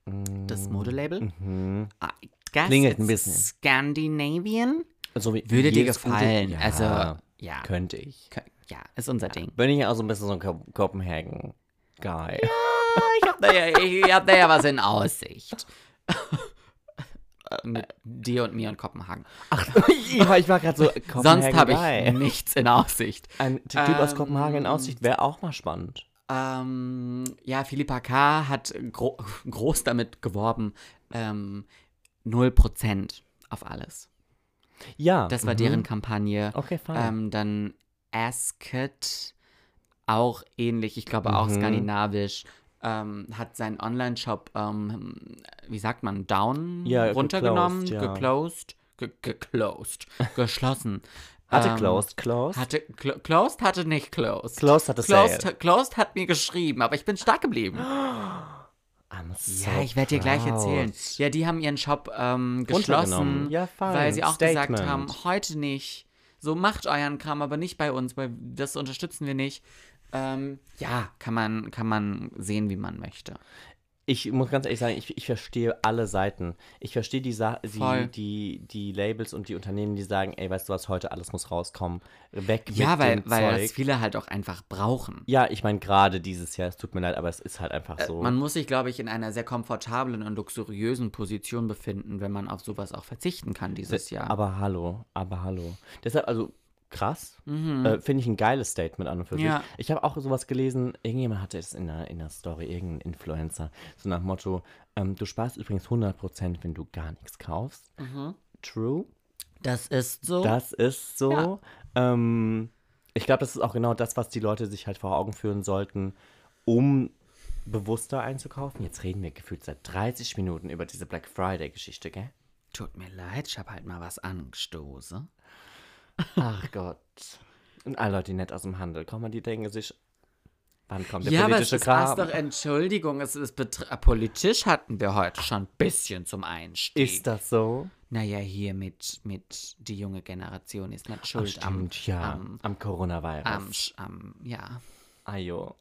C: Mm.
A: das Modelabel?
C: Mhm.
A: I guess
C: Klingelt ein
A: it's
C: bisschen.
A: Scandinavian.
C: So wie
A: Würde dir
C: jedes gute-
A: gefallen.
C: Ja,
A: also, ja.
C: Könnte ich.
A: Kö- Ja, ist unser Ding.
C: Bin ich ja auch so ein bisschen so ein Ko- Kopenhagen-Guy.
A: Ich hab da ja, ich hab da ja was in Aussicht. *laughs* Mit dir und mir und Kopenhagen.
C: Ja, *laughs* ich war gerade so
A: *laughs* Sonst habe ich ähm,
C: Kopenhagen-Guy.
A: nichts in Aussicht.
C: Ein Typ aus Kopenhagen in Aussicht wäre auch mal spannend.
A: Ähm, ja, Philippa K. hat gro *laughs* groß damit geworben, ähm, 0% auf alles.
C: Ja.
A: Das war
C: mhm. ah.
A: deren Kampagne.
C: Okay, fein.
A: Ähm, dann Asket, auch ähnlich, ich glaube
C: Mhm.
A: auch skandinavisch, ähm, hat seinen Online-Shop, ähm, wie sagt man, down
C: Ja,
A: runtergenommen,
C: geclosed, ja.
A: geclosed, ge
C: *laughs*
A: geclosed, geschlossen.
C: Hatte
A: Ähm,
C: closed, closed.
A: Hatte cl closed hatte nicht closed.
C: Closed hatte
A: closed,
C: sale.
A: closed hat mir geschrieben, aber ich bin stark geblieben.
C: I'm Ah, so
A: Ja, ich werde dir gleich
C: proud.
A: erzählen. Ja, die haben ihren Shop ähm, geschlossen,
C: Runtergenommen. Ja, fein.
A: weil sie auch gesagt
C: Statement.
A: haben, heute nicht. So macht euren Kram, aber nicht bei uns, weil das unterstützen wir nicht. Ähm, ja, kann man, kann man sehen, wie man möchte.
C: Ich muss ganz ehrlich sagen, ich, ich verstehe alle Seiten. Ich verstehe die, Sa
A: Voll.
C: die, die, die Labels und die Unternehmen, die sagen, ey, weißt du was, heute alles muss rauskommen. Weg
A: ja,
C: mit
A: weil,
C: dem
A: weil das
C: Zeug.
A: viele halt auch einfach brauchen.
C: Ja, ich meine, gerade dieses Jahr, es tut mir leid, aber es ist halt einfach so.
A: Äh, Man muss sich, glaube ich, in einer sehr komfortablen und luxuriösen Position befinden, wenn man auf sowas auch verzichten kann dieses Jahr.
C: Aber hallo, aber hallo. Deshalb, also krass, äh, finde ich ein geiles Statement an und für sich.
A: Mhm. Ja.
C: Ich habe auch sowas gelesen, irgendjemand hatte es in der, in der Story, irgendein Influencer, so nach Motto, ähm, du sparst übrigens 100%, wenn du gar nichts kaufst.
A: Mhm.
C: True,
A: das ist so.
C: das ist so. Ähm, ich glaube, das ist auch genau das, was die Leute sich halt vor Augen führen sollten, um bewusster einzukaufen. Jetzt reden wir gefühlt seit 30 Minuten über diese Black Friday-Geschichte, gell?
A: Tut mir leid, ich habe halt mal was angestoßen.
C: Ach Gott. Und alle Leute, die nicht aus dem Handel kommen, die denken sich, wann kommt der
A: Ja, aber es
C: politische
A: ist passt doch,
C: Kram?
A: Entschuldigung, es ist betr- äh, politisch hatten wir heute schon ein bisschen zum Einstieg.
C: Ist das so?
A: Naja, hier mit, mit die junge Generation ist nicht
C: Ach,
A: schuld am,
C: stimmt, ja,
A: am,
C: am, Coronavirus.
A: am, Sch- am, ja.
C: Ajo.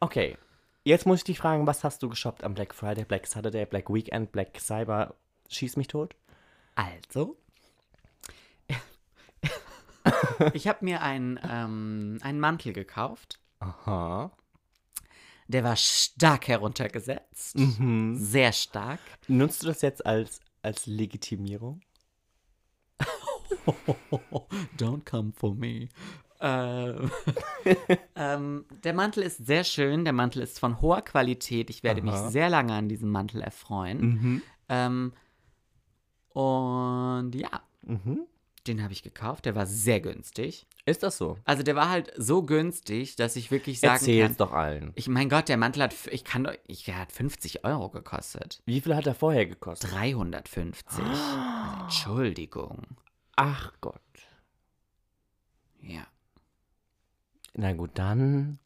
C: Okay, jetzt muss ich dich fragen, was hast du geshoppt am Black Friday, Black Saturday, Black Weekend, Black Cyber? Schieß mich tot?
A: Also, *laughs* ich habe mir einen, ähm, einen Mantel gekauft.
C: Aha.
A: Der war stark heruntergesetzt.
C: Mhm.
A: Sehr stark.
C: Nutzt du das jetzt als, als Legitimierung?
A: *laughs* Don't come for me. Ähm, *laughs* ähm, der Mantel ist sehr schön, der Mantel ist von hoher Qualität. Ich werde mich sehr lange an diesem Mantel Mhm. erfreuen. Ähm, und ja, Den habe ich gekauft, der war sehr günstig.
C: Ist das so?
A: Also der war halt so günstig, dass ich wirklich sagen
C: Erzähl's
A: kann,
C: doch allen.
A: ich mein Gott, der Mantel hat, f- ich kann, doch- ich, der hat 50 Euro gekostet.
C: Wie viel hat er vorher
A: *gasps*
C: gekostet?
A: 350. Also, Entschuldigung.
C: Ach Gott.
A: Ja.
C: Na gut, dann.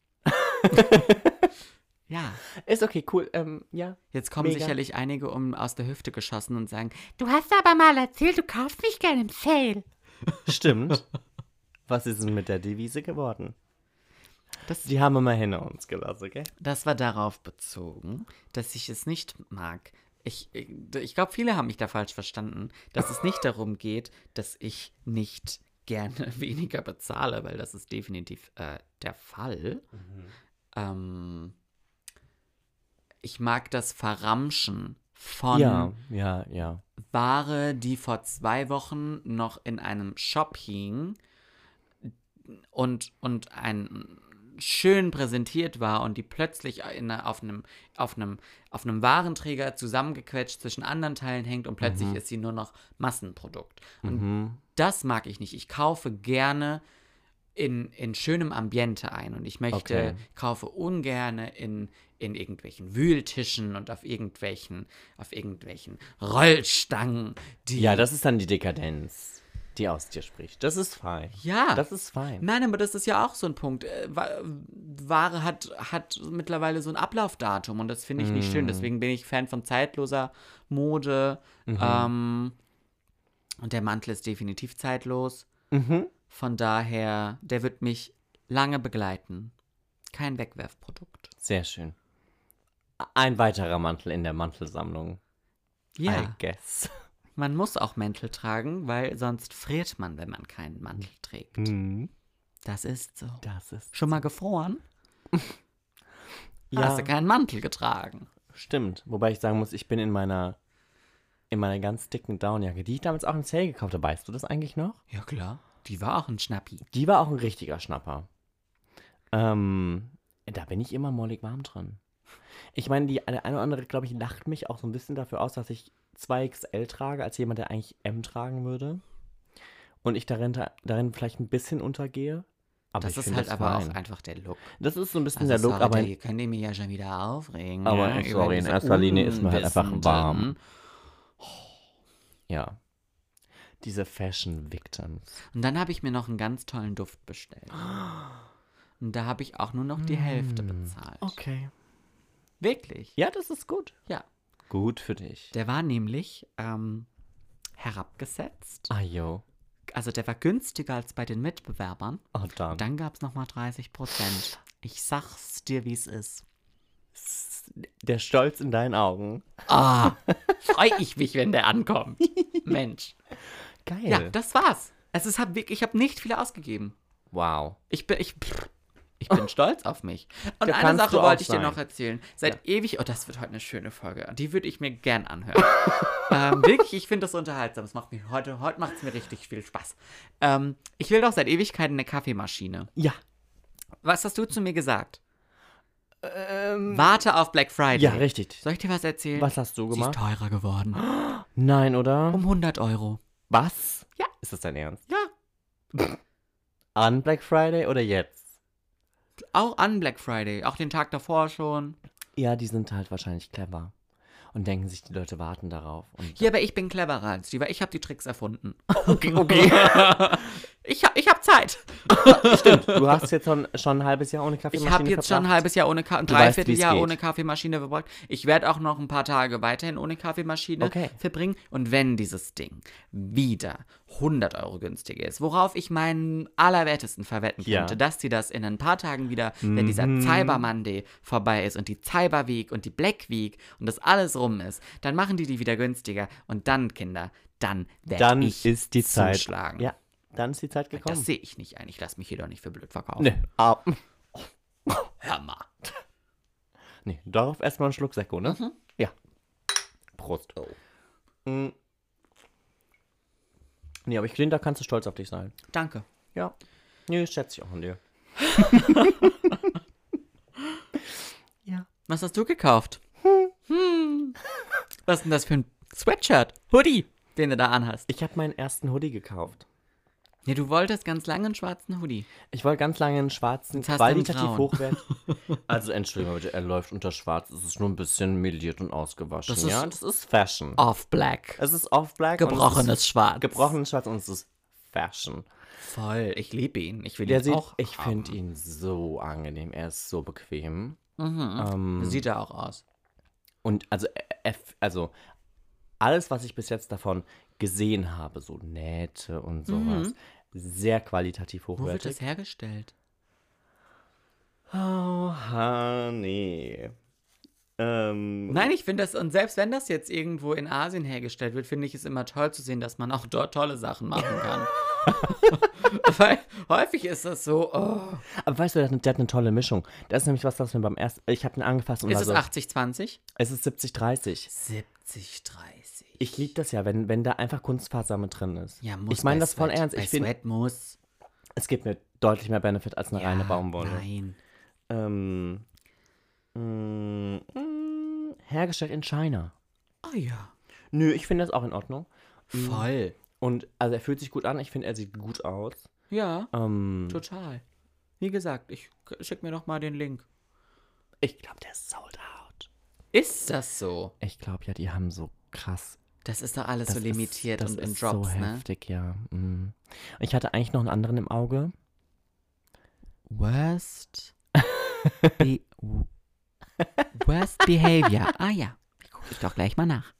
A: Ja.
C: Ist okay, cool. Ähm, ja.
A: Jetzt kommen
C: Mega.
A: sicherlich einige um aus der Hüfte geschossen und sagen,
D: Du hast aber mal erzählt, du kaufst mich gerne im Sale.
C: Stimmt. *laughs* Was ist denn mit der Devise geworden?
A: Das-
C: die haben wir mal hinter uns gelassen, gell?
A: das war darauf bezogen, dass ich es nicht mag. Ich, ich, ich glaube, viele haben mich da falsch verstanden, dass es nicht darum geht, dass ich nicht gerne *laughs* weniger bezahle, weil das ist definitiv äh, der Fall.
C: Mhm.
A: Ähm, ich mag das Verramschen von
C: Ja, ja, ja.
A: Ware, die vor zwei Wochen noch in einem Shop hing und, und ein schön präsentiert war und die plötzlich in, einer- auf, einem, auf, einem, auf einem Warenträger zusammengequetscht zwischen anderen Teilen hängt und plötzlich ist sie nur noch Massenprodukt. Und
C: Mhm.
A: das mag ich nicht. Ich kaufe gerne in, in schönem Ambiente ein und ich möchte,
C: Okay.
A: kaufe ungerne in, in irgendwelchen Wühltischen und auf irgendwelchen, auf irgendwelchen Rollstangen, die.
C: Ja, das ist dann die Dekadenz, die aus dir spricht. Das ist fein.
A: Ja.
C: Das ist fein.
A: Nein, aber das ist ja auch so ein Punkt. Äh, Wa- Ware hat, hat mittlerweile so ein Ablaufdatum und das finde ich nicht
C: Mm.
A: schön. Deswegen bin ich Fan von zeitloser Mode.
C: Mhm.
A: Ähm, und der Mantel ist definitiv zeitlos.
C: Mhm.
A: Von daher, der wird mich lange begleiten. Kein Wegwerfprodukt.
C: Sehr schön. Ein weiterer Mantel in der Mantelsammlung. I
A: Ja,
C: guess.
A: man muss auch Mäntel tragen, weil sonst friert man, wenn man keinen Mantel trägt.
C: Hm. Mhm.
A: Das ist so.
C: Das ist.
A: Schon mal gefroren?
C: Ja,
A: Hast du keinen Mantel getragen?
C: stimmt. Wobei ich sagen muss, ich bin in meiner in meiner ganz dicken Downjacke, die ich damals auch im Sale gekauft habe. Weißt du das eigentlich noch?
A: Ja, klar. Die war auch ein Schnappi.
C: Die war auch ein richtiger Schnapper. Ähm, da bin ich immer mollig warm dran. Ich meine, die eine oder andere, glaube ich, lacht mich auch so ein bisschen dafür aus, dass ich 2XL trage, als jemand, der eigentlich M tragen würde. Und ich darin, darin vielleicht ein bisschen untergehe. Aber
A: Das
C: ich
A: ist
C: find
A: halt aber
C: fein.
A: auch einfach der Look.
C: Das ist so ein bisschen
A: Also
C: der Look,
A: sorry,
C: aber.
A: da- ihr könnt ihr mich ja schon wieder aufregen.
C: Aber
A: ja,
C: ich-
A: über
C: sorry, in
A: diese
C: erster Linie ist mir halt einfach
A: Unwissenden.
C: warm. Ja. Diese Fashion Victims.
A: Und dann habe ich mir noch einen ganz tollen Duft bestellt. Und da habe ich auch nur noch die Hälfte bezahlt.
C: Okay.
A: Wirklich?
C: Ja, das ist gut.
A: Ja.
C: Gut für dich.
A: Der war nämlich ähm, herabgesetzt.
C: Ah, yo.
A: Also der war günstiger als bei den Mitbewerbern.
C: Oh, dann.
A: Dann gab es nochmal 30 Prozent. Ich sag's dir, wie es ist.
C: Der Stolz in deinen Augen.
A: Ah, freue ich mich, wenn der ankommt. Mensch.
C: Geil.
A: Ja, das war's. Also es hab, wirklich- ich habe nicht viel ausgegeben.
C: wow.
A: Ich bin, ich, ich
C: *laughs*
A: bin stolz auf mich. Und
C: Da
A: eine
C: kannst
A: Sache
C: du auch
A: wollte ich dir
C: sein.
A: noch erzählen. Seit ewig, oh, das wird heute eine schöne Folge. Die würde ich mir gern
C: *laughs*
A: anhören. ähm, wirklich, ich finde das unterhaltsam. Es macht mir heute, heute macht es mir richtig viel Spaß. Ähm, ich will doch seit Ewigkeiten eine Kaffeemaschine.
C: Ja.
A: Was hast du zu mir gesagt? Ähm. Warte auf Black Friday.
C: Ja, richtig.
A: Soll ich dir was erzählen?
C: Was hast du
A: Sie ist
C: gemacht?
A: teurer geworden.
C: Nein, oder?
A: Um 100 Euro.
C: Was?
A: Ja.
C: Ist das dein Ernst?
A: Ja.
C: An Black Friday oder jetzt?
A: Auch an Black Friday. Auch den Tag davor schon.
C: Ja, die sind halt wahrscheinlich clever. Und denken sich, die Leute warten darauf. *laughs* Und
A: Ja, aber ich bin cleverer als die, weil ich habe die Tricks erfunden.
C: *laughs* okay, okay.
A: *laughs* Ich, hab- ich habe Zeit.
C: du hast jetzt schon, schon ein halbes Jahr ohne Kaffeemaschine
A: Ich habe jetzt schon ein
C: verbracht.
A: halbes Jahr ohne Kaffee, ein
C: Du weißt,
A: Dreivierteljahr
C: wie's geht.
A: ohne Kaffeemaschine verbracht. Ich werde auch noch ein paar Tage weiterhin ohne Kaffeemaschine
C: Okay.
A: verbringen. Und wenn dieses Ding wieder 100 Euro günstiger ist, worauf ich meinen allerwertesten verwetten
C: Ja. Mhm.
A: könnte, dass sie das in ein paar Tagen wieder, wenn dieser Cyber Monday vorbei ist und die Cyber Week und die Black Week und das alles rum ist, dann machen die die wieder günstiger. Und dann, Kinder, dann
C: Dann
A: werde ich
C: ist die Zeit.
A: zuschlagen.
C: Ja, dann ist die Zeit gekommen.
A: Das sehe ich nicht ein. Ich lasse mich hier doch nicht für blöd verkaufen.
C: nee. Ah,
A: Hör mal.
C: nee, darauf erstmal einen Schluck Sekko, ne?
A: Mhm.
C: Ja. Prost.
A: Oh.
C: Mm. Nee, aber ich finde, da kannst du stolz auf dich sein.
A: Danke.
C: Ja. Nee, das schätze ich auch
A: *laughs*
C: an dir.
A: Was hast du gekauft? Hm. Was ist denn das für ein Sweatshirt? Hoodie, den du da anhast.
C: Ich habe meinen ersten Hoodie gekauft.
A: Ja, du wolltest ganz lange einen schwarzen Hoodie.
C: Ich wollte ganz lange einen schwarzen,
A: Jetzt hast du einen
C: qualitativ
A: grauen.
C: hochwert.
A: *laughs*
C: Also Entschuldigung, bitte, er läuft unter schwarz. Es ist nur ein bisschen meliert und ausgewaschen.
A: Das ist-
C: ja, das ist Fashion.
A: Off-Black.
C: Es ist off-black. und es
A: Gebrochenes Schwarz.
C: ist gebrochenes Schwarz und es ist Fashion.
A: Voll. Ich liebe ihn. Ich will
C: Der
A: ihn
C: sieht,
A: auch.
C: ich
A: haben.
C: finde ihn so angenehm. Er ist so bequem.
A: Sieht er auch aus.
C: Und also, er- er- also alles, was ich bis jetzt davon gesehen habe, so Nähte und sowas, sehr qualitativ
A: Mhm. Wo wird
C: hochwertig.
A: das hergestellt?
C: Oh, honey. Ähm,
A: Nein, ich finde das, und selbst wenn das jetzt irgendwo in Asien hergestellt wird, finde ich es immer toll zu sehen, dass man auch dort tolle Sachen machen
C: *laughs*
A: kann. *laughs* Weil häufig ist das so, oh,
C: aber weißt du, der hat, eine- der hat eine tolle Mischung. Das ist nämlich was, was mir beim ersten. Ich habe ihn angefasst und
A: ist
C: war
A: es
C: so,
A: 80-20?
C: es ist 70-30.
A: 70-30.
C: Ich liebe das ja, wenn, wenn da einfach Kunstfaser mit drin ist.
A: Ja, muss
C: ich meine
A: bei
C: das voll
A: Sweat.
C: ernst.
A: Bei
C: Ich finde,
A: Sweat muss.
C: es gibt mir deutlich mehr Benefit als eine reine
A: Ah,
C: Baumwolle.
A: Nein.
C: Ähm, mm, mm, hergestellt in China.
A: Oh ja.
C: Nö, ich finde das auch in Ordnung. Mhm.
A: Voll.
C: Und also er fühlt sich gut an. Ich finde, er sieht gut aus.
A: Ja,
C: Ähm,
A: total. Wie gesagt, ich schick mir doch mal den Link.
C: ich glaube, der ist sold out.
A: Ist das so?
C: Ich glaube ja, die haben so krass
A: Das ist doch alles so
C: Das
A: limitiert
C: ist, das
A: und in
C: ist
A: Drops,
C: so
A: ne?
C: heftig, ja. Mm. Ich hatte eigentlich noch einen anderen im Auge.
A: *laughs* Worst. Be worst Behavior. Ah ja. Guck ich doch gleich mal nach.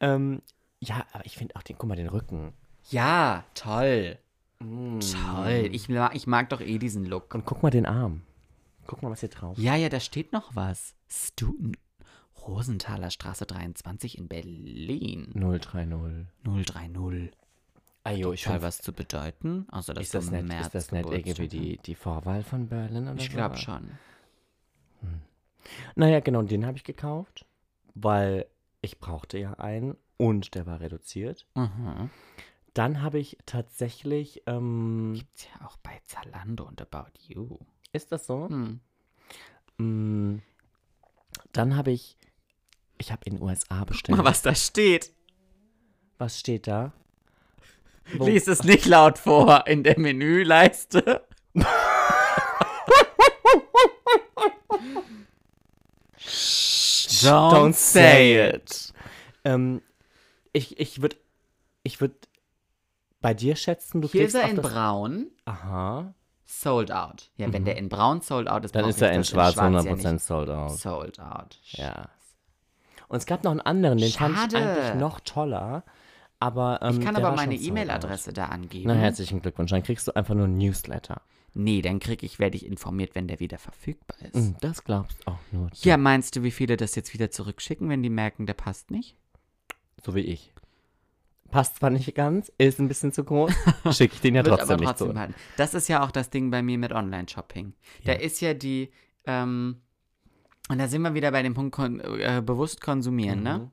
C: Ähm, ja, aber ich finde auch den, guck mal, den Rücken.
A: Ja, toll.
C: Mm.
A: Toll. Ich, ma- ich mag doch eh diesen Look.
C: Und guck mal den Arm. Guck mal, was hier drauf ist.
A: Ja, ja, da steht noch was. Stuten. Rosenthaler Straße 23 in Berlin.
C: 030.
A: 030.
C: Ajo, ich
A: Soll
C: weiß
A: was zu bedeuten? Also, das
C: Ist das,
A: im
C: nicht,
A: März
C: ist das nicht
A: Geburtstag
C: irgendwie die, die Vorwahl von Berlin oder
A: hat. Ich
C: so?
A: glaube schon.
C: Naja, genau, den habe ich gekauft, weil ich brauchte ja einen und der war reduziert.
A: Mhm.
C: Dann habe ich tatsächlich, ähm,
A: Gibt's ja auch bei Zalando und About You.
C: ist das so?
A: Hm.
C: Mm, Dann habe ich, ich habe in den USA bestellt.
A: Mal, was da steht.
C: Was steht da? Wo-
A: Lies es nicht laut vor in der *laughs* Menüleiste. Don't,
C: it. Ähm, ich ich würde ich würd bei dir schätzen, du
A: Hier ist
C: klickst
A: er
C: auf
A: in
C: das-
A: braun,
C: Aha.
A: sold out. Ja, wenn der in braun sold out ist,
C: Mhm. Dann
A: braucht
C: ist er
A: mich
C: in
A: das
C: schwarz
A: ja
C: 100%
A: nicht.
C: sold Mhm, out.
A: Sold out.
C: Ja. Und es gab noch einen anderen, den fand ich
A: Schade.
C: eigentlich noch toller. Aber, ähm,
A: Ich kann
C: der
A: aber
C: war schon
A: meine
C: sold out.
A: E-Mail-Adresse da angeben.
C: Na, herzlichen Glückwunsch. Dann kriegst du einfach nur ein Newsletter.
A: Nee, dann krieg ich, werde ich informiert, wenn der wieder verfügbar ist.
C: Hm, Das glaubst auch nur du.
A: Ja, meinst du, wie viele das jetzt wieder zurückschicken, wenn die merken, der passt nicht?
C: So wie ich. Passt zwar nicht ganz, ist ein bisschen zu
A: *laughs*
C: groß, schicke ich den ja
A: Wird halt.
C: trotzdem, nicht so.
A: behalten. Das ist ja auch das Ding bei mir mit Online-Shopping. Da
C: Ja.
A: ist ja die, ähm, und da sind wir wieder bei dem Punkt kon äh, bewusst konsumieren,
C: Mhm.
A: ne?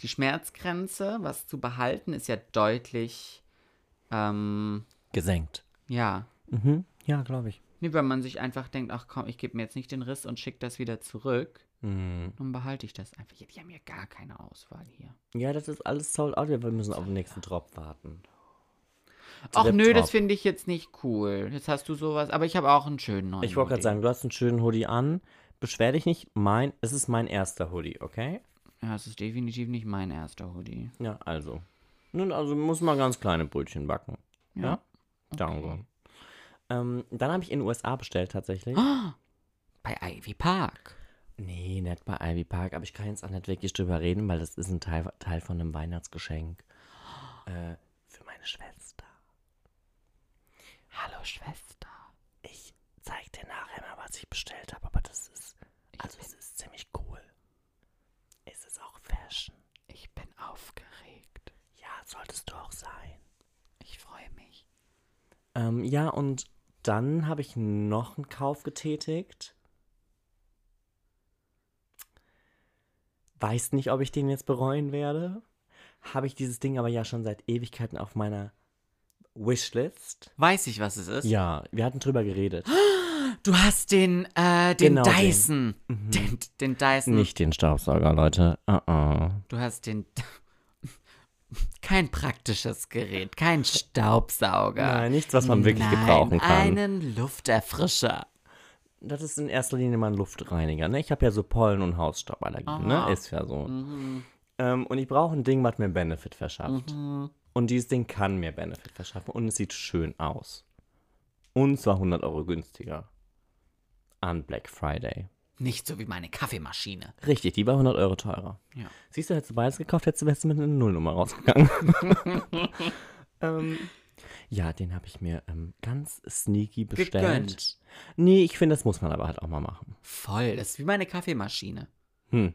A: Die Schmerzgrenze, was zu behalten, ist ja deutlich, ähm,
C: Gesenkt.
A: ja.
C: Mhm. Ja, glaube ich.
A: Nee, weil man sich einfach denkt, ach komm, ich gebe mir jetzt nicht den Riss und schicke das wieder zurück.
C: Hm.
A: Dann behalte ich das einfach. Ja, Die haben ja gar keine Auswahl hier.
C: Ja, das ist alles sold out. Wir müssen auf den nächsten Drop warten.
A: Ach
C: der
A: nö, das
C: Top.
A: finde ich jetzt nicht cool. Jetzt hast du sowas, aber ich habe auch einen schönen neuen.
C: Ich wollte gerade
A: Hoodie.
C: sagen, du hast einen schönen Hoodie an. Beschwer dich nicht. Mein, es ist mein erster Hoodie, okay?
A: Ja, es ist definitiv nicht mein erster Hoodie.
C: Ja, also. Nun, also muss man ganz kleine Brötchen backen. Ja.
A: Ja.
C: Danke. Ähm, dann habe ich in den USA bestellt tatsächlich.
A: Bei Ivy Park.
C: Nee, nicht bei Ivy Park, aber ich kann jetzt auch nicht wirklich drüber reden, weil das ist ein Teil, Teil von einem Weihnachtsgeschenk. Äh, für meine Schwester.
A: Hallo Schwester.
C: Ich zeig dir nachher mal, was ich bestellt habe, aber das ist. Also, es ist ziemlich cool. Es ist auch Fashion.
A: Ich bin aufgeregt.
C: Ja, solltest du auch sein.
A: Ich freue mich.
C: Ähm, ja, und dann habe ich noch einen Kauf getätigt. Weiß nicht, ob ich den jetzt bereuen werde. Habe ich dieses Ding aber ja schon seit Ewigkeiten auf meiner Wishlist.
A: Weiß ich, was es ist?
C: Ja, wir hatten drüber geredet.
A: Du hast den, äh, den Mhm.
C: Genau den.
A: Dyson. Den. Den, Dyson.
C: Uh-uh. Nicht den Staubsauger, Leute. Uh -uh.
A: Du hast den. *laughs* Kein praktisches Gerät, kein Staubsauger.
C: Nein, nichts, was man wirklich
A: Nein,
C: gebrauchen kann.
A: Einen Lufterfrischer.
C: Das ist in erster Linie mal ein Luftreiniger. Ne? Ich habe ja so Pollen- und Hausstauballergien. Ne? Ist ja so. Ähm, und ich brauche ein Ding, was mir Benefit verschafft. Und dieses Ding kann mir Benefit verschaffen. Und es sieht schön aus. Und zwar 100 Euro günstiger. An Black Friday.
A: Nicht so wie meine Kaffeemaschine.
C: Richtig, die war 100 Euro teurer.
A: Ja.
C: Siehst du, hättest du beides gekauft, hättest du wärst du mit einer Nullnummer rausgegangen. ähm, ja, den habe ich mir ähm, ganz sneaky bestellt.
A: Gegönnt.
C: Nee, ich finde, das muss man aber halt auch mal machen.
A: Voll, das ist wie meine Kaffeemaschine.
C: Hm.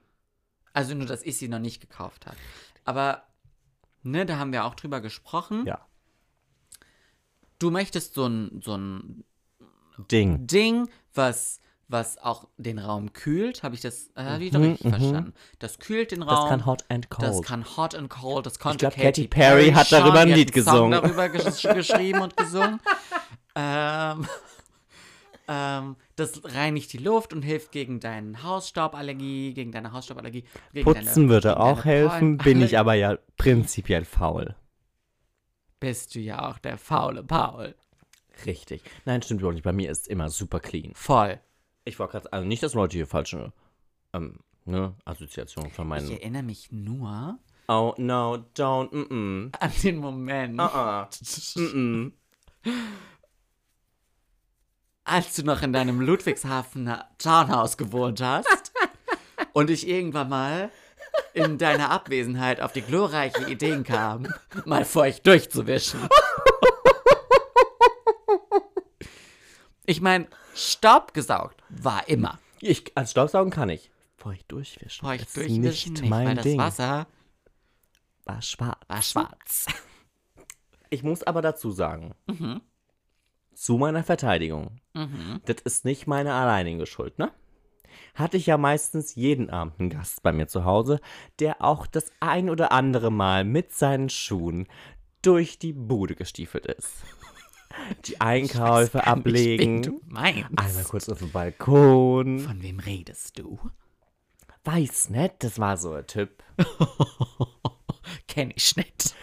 A: Also nur, dass ich sie noch nicht gekauft habe. Aber, ne, da haben wir auch drüber gesprochen.
C: Ja.
A: Du möchtest so ein, so ein
C: Ding.
A: Ding, was, was auch den Raum kühlt. Habe ich das, äh, hab ich doch richtig verstanden. Das kühlt den Raum.
C: Mhm, Das kann hot and cold.
A: Genau. Das kann Hot and Cold. Das konnte
C: glaub, Katy Perry hat
A: schon.
C: darüber ein
A: Die
C: Lied
A: einen Song
C: gesungen.
A: darüber gesch geschrieben und gesungen.
C: *laughs*
A: Ähm, ähm, das reinigt die Luft und hilft gegen deine Hausstauballergie, gegen deine Hausstauballergie. Gegen
C: Putzen
A: deine,
C: würde
A: gegen
C: auch
A: deine Pollen-
C: helfen, bin ich aber ja prinzipiell faul.
A: Bist du ja auch der faule Paul.
C: Richtig. Nein, stimmt überhaupt nicht. Bei mir ist es immer super clean.
A: Voll.
C: Ich war gerade, also nicht, dass Leute hier falsche ähm, ne, Assoziationen von
A: Ich
C: meinen.
A: erinnere mich nur
C: Oh no, don't, mm
A: an den Moment,
C: mm, uh -uh, mm -mm.
A: als du noch in deinem Ludwigshafener Townhouse gewohnt hast und ich irgendwann mal in deiner Abwesenheit auf die glorreiche Idee kam, mal feucht durchzuwischen. Ich meine, Staub gesaugt war immer.
C: Ich, als Staubsaugen kann ich. Feucht durchwischen.
A: Feucht
C: ist
A: durchwischen
C: nicht
A: nicht,
C: mein
A: weil das
C: Ding.
A: Wasser
C: war schwarz.
A: war schwarz.
C: Ich muss aber dazu sagen,
A: Mhm.
C: zu meiner Verteidigung, das ist nicht meine alleinige Schuld, ne? Hatte ich ja meistens jeden Abend einen Gast bei mir zu Hause, der auch das ein oder andere Mal mit seinen Schuhen durch die Bude gestiefelt ist. Die Einkäufe
A: Ich bin,
C: ablegen, Also.
A: du meinst.
C: einmal kurz auf den Balkon.
A: Von wem redest du?
C: Weiß nicht, das war so ein Typ.
A: Kenn ich nicht.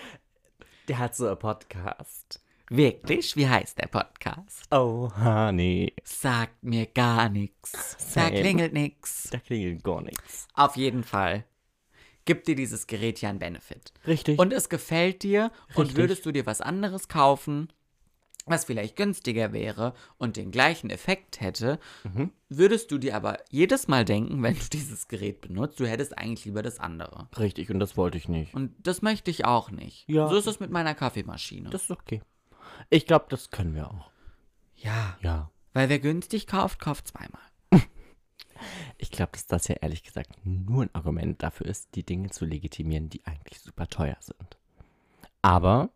C: Der hat so einen Podcast.
A: Wirklich? Wie heißt der Podcast?
C: Oh, honey.
A: Sagt mir gar nichts. Da
C: Same.
A: klingelt nichts.
C: Da klingelt gar nichts.
A: Auf jeden Fall gibt dir dieses Gerät ja einen Benefit.
C: Richtig.
A: Und es gefällt dir und
C: Richtig.
A: würdest du dir was anderes kaufen, was vielleicht günstiger wäre und den gleichen Effekt hätte,
C: Mhm.
A: würdest du dir aber jedes Mal denken, *laughs* wenn du dieses Gerät benutzt, du hättest eigentlich lieber das andere.
C: Richtig, und das wollte ich nicht.
A: Und das möchte ich auch nicht.
C: Ja.
A: So ist es mit meiner Kaffeemaschine.
C: Das ist okay. Ich glaube, das können wir auch.
A: ja.
C: Ja.
A: Weil wer günstig kauft, kauft zweimal.
C: Ich glaube, dass das ja ehrlich gesagt nur ein Argument dafür ist, die Dinge zu legitimieren, die eigentlich super teuer sind. Aber,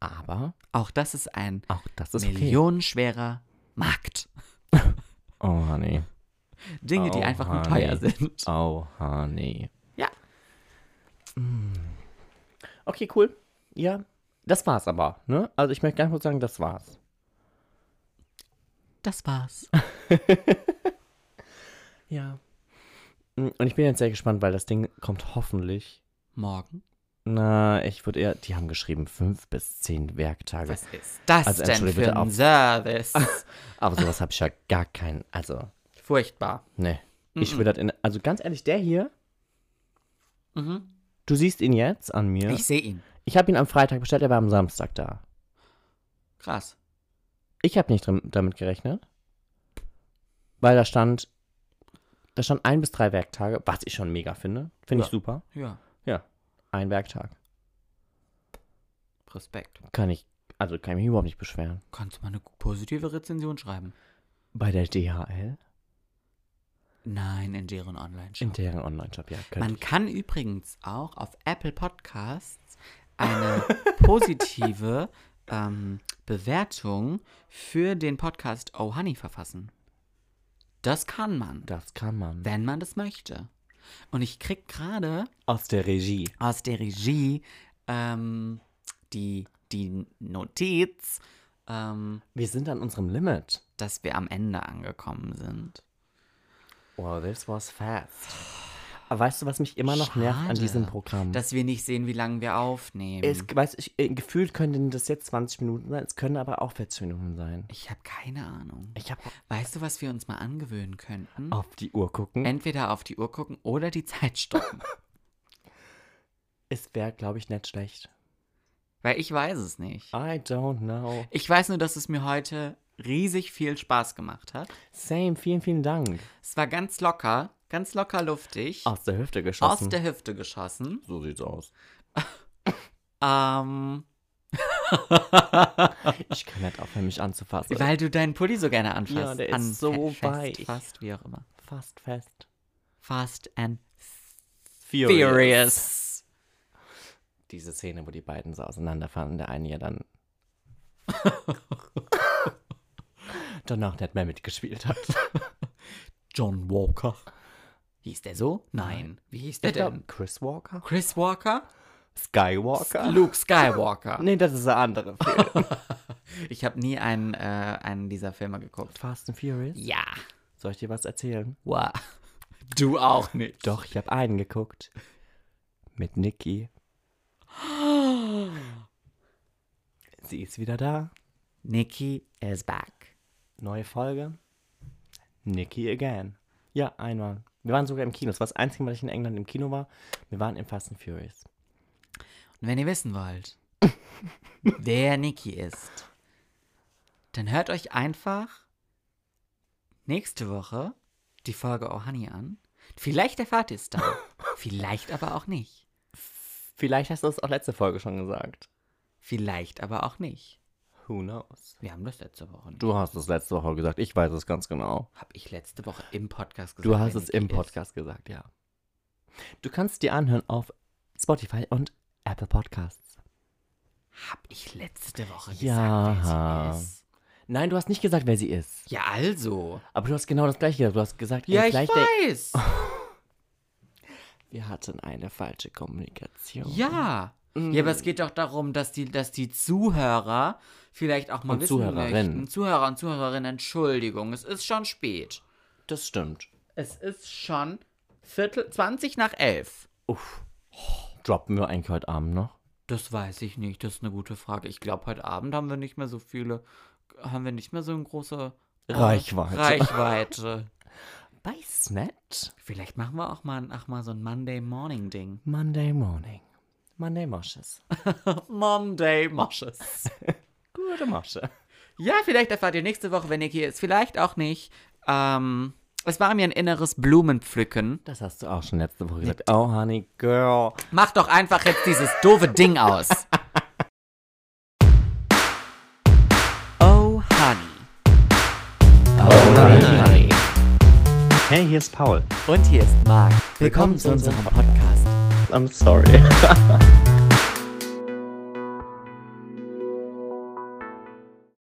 C: aber,
A: Auch das ist ein
C: auch das ist okay.
A: millionenschwerer Markt.
C: Oh, honey.
A: Dinge, die
C: Oh,
A: einfach nur
C: honey.
A: teuer sind.
C: Oh, honey. Mm.
A: Ja.
C: Okay, cool. Ja, das war's aber. Ne? Also ich möchte ganz kurz sagen, das war's.
A: Das war's.
C: Ja. Mm, Und ich bin jetzt sehr gespannt, weil das Ding kommt hoffentlich.
A: Morgen.
C: Na, ich würde eher, die haben geschrieben fünf bis zehn Werktage.
A: Was ist das
C: Also,
A: denn
C: entschuldige bitte,
A: für ein
C: auf-
A: Service?
C: *laughs* Aber sowas habe ich ja gar keinen. Also,
A: Furchtbar.
C: ne. Ich will das in. Also ganz ehrlich, der hier. Du siehst ihn jetzt an mir.
A: Mhm. Ich
C: Ich,
A: sehe ihn.
C: habe ihn am Freitag bestellt, er war am Samstag da.
A: Krass.
C: Ich habe nicht drin, damit gerechnet. Weil da stand. Da stand ein bis drei Werktage, was ich schon mega finde. Finde ich
A: Ja.
C: super.
A: Ja.
C: Ja. Ein Werktag.
A: Respekt.
C: Kann ich. Also kann ich mich überhaupt nicht beschweren.
A: Kannst du mal eine positive Rezension schreiben?
C: Bei der DHL?
A: Nein, in deren Online-Shop.
C: In deren Online-Shop, ja. könnte
A: Man kann übrigens auch auf Apple Podcasts
C: *laughs*
A: eine positive ähm, Bewertung für den Podcast Oh Honey verfassen. Das kann man,
C: Das kann man.
A: wenn man das möchte. Und ich krieg gerade
C: Aus der Regie.
A: aus der Regie ähm, die, die Notiz, ähm,
C: Wir sind an unserem Limit.
A: dass wir am Ende angekommen sind.
C: Well, this was fast. Aber weißt du, was mich immer noch nervt an
A: Schade,
C: diesem Programm?
A: Dass wir nicht sehen, wie lange wir aufnehmen.
C: es, weiß ich, äh, gefühlt könnten das jetzt 20 Minuten sein, es können aber auch 40 Minuten sein.
A: ich habe keine Ahnung.
C: Ich habe
A: Weißt du, was wir uns mal angewöhnen könnten?
C: auf die Uhr gucken.
A: Entweder auf die Uhr gucken oder die Zeit
C: *laughs*
A: stoppen.
C: Es wäre, glaube ich, nicht schlecht.
A: Weil ich weiß es nicht.
C: I don't know.
A: Ich weiß nur, dass es mir heute riesig viel Spaß gemacht hat.
C: Same, vielen, vielen Dank.
A: Es war ganz locker, ganz locker luftig,
C: Aus der Hüfte
A: aus
C: geschossen.
A: der Hüfte geschossen.
C: so sieht's aus.
A: Ähm,
C: Ich kann nicht aufhören, mich anzufassen.
A: weil du deinen Pulli so gerne anfasst.
C: Ja, der ist so
A: fest,
C: weich.
A: Fast, wie auch immer.
C: Fast fest.
A: Fast and
C: Furious.
A: furious.
C: Diese Szene, wo die beiden so auseinanderfahren, der eine
A: *laughs*
C: ja dann danach nicht mehr mitgespielt hat.
A: John Walker. Hieß der so? Nein. Wie hieß der denn?
C: Chris Walker?
A: Chris Walker?
C: Skywalker?
A: Luke
C: *laughs*
A: Skywalker.
C: Nee, das ist der andere Film.
A: Ich habe nie einen, äh, einen dieser Filme geguckt.
C: Fast and Furious?
A: Ja.
C: Soll ich dir was erzählen?
A: Wow. Du auch nicht.
C: Doch, ich habe einen geguckt. Mit Nikki. *gasps* Sie ist wieder da.
A: Nikki is back.
C: Neue Folge. Nikki again. Ja, einmal. Wir waren sogar im Kino. Das war das einzige Mal, dass ich in England im Kino war. Wir waren in Fast and Furious.
A: Und wenn ihr wissen
C: *laughs*
A: wollt, wer Nikki ist, dann hört euch einfach nächste Woche die Folge Oh Honey an. Vielleicht erfahrt ihr es
C: *laughs*
A: dann. Vielleicht aber auch nicht.
C: Vielleicht hast du es auch letzte Folge schon gesagt.
A: Vielleicht aber auch nicht.
C: Who knows?
A: Wir haben das letzte Woche nicht.
C: Du hast es letzte Woche gesagt. Ich weiß es ganz genau.
A: Hab ich letzte Woche im Podcast gesagt.
C: Du hast
A: wer
C: es
A: Nikki
C: im
A: ist?
C: Podcast gesagt, ja. Du kannst dir anhören auf Spotify und Apple Podcasts.
A: Hab ich letzte Woche gesagt,
C: Ja.
A: wer sie ist?
C: Nein, du hast nicht gesagt, wer sie ist.
A: Ja, also.
C: Aber du hast genau das gleiche gesagt. Du hast gesagt,
A: Ja,
C: ey,
A: ich
C: vielleicht der-
A: weiß.
C: wir hatten eine falsche Kommunikation.
A: Ja. Ja,
C: Mhm.
A: aber es geht doch darum, dass die, dass die Zuhörer vielleicht auch mal
C: Und
A: wissen
C: Zuhörerinnen.
A: möchten. Zuhörer und Zuhörerinnen, Entschuldigung, es ist schon spät.
C: Das stimmt.
A: Es ist schon Viertel, 20 nach elf.
C: Uff. Droppen wir eigentlich heute Abend noch?
A: Das weiß ich nicht, das ist eine gute Frage. Ich glaube, heute Abend haben wir nicht mehr so viele, haben wir nicht mehr so eine große äh,
C: Reichweite.
A: Reichweite. *laughs*
C: Weiß nicht.
A: Vielleicht machen wir auch mal, ach, mal so ein Monday Morning Ding. *laughs*
C: Monday Morning. Monday Mosches.
A: Monday Mosches.
C: Gute Mosche.
A: Ja, vielleicht erfahrt ihr nächste Woche, wenn Niki ist. Vielleicht auch nicht. Ähm, es war mir ein inneres Blumenpflücken.
C: Das hast du auch schon letzte Woche gesagt. Oh, honey, girl.
A: Mach doch einfach jetzt dieses doofe Ding aus. Oh, Honey.
B: Honey.
C: Hey, hier ist Paul.
A: Und hier ist Marc.
C: Willkommen zu unserem
A: Podcast.
C: I'm sorry.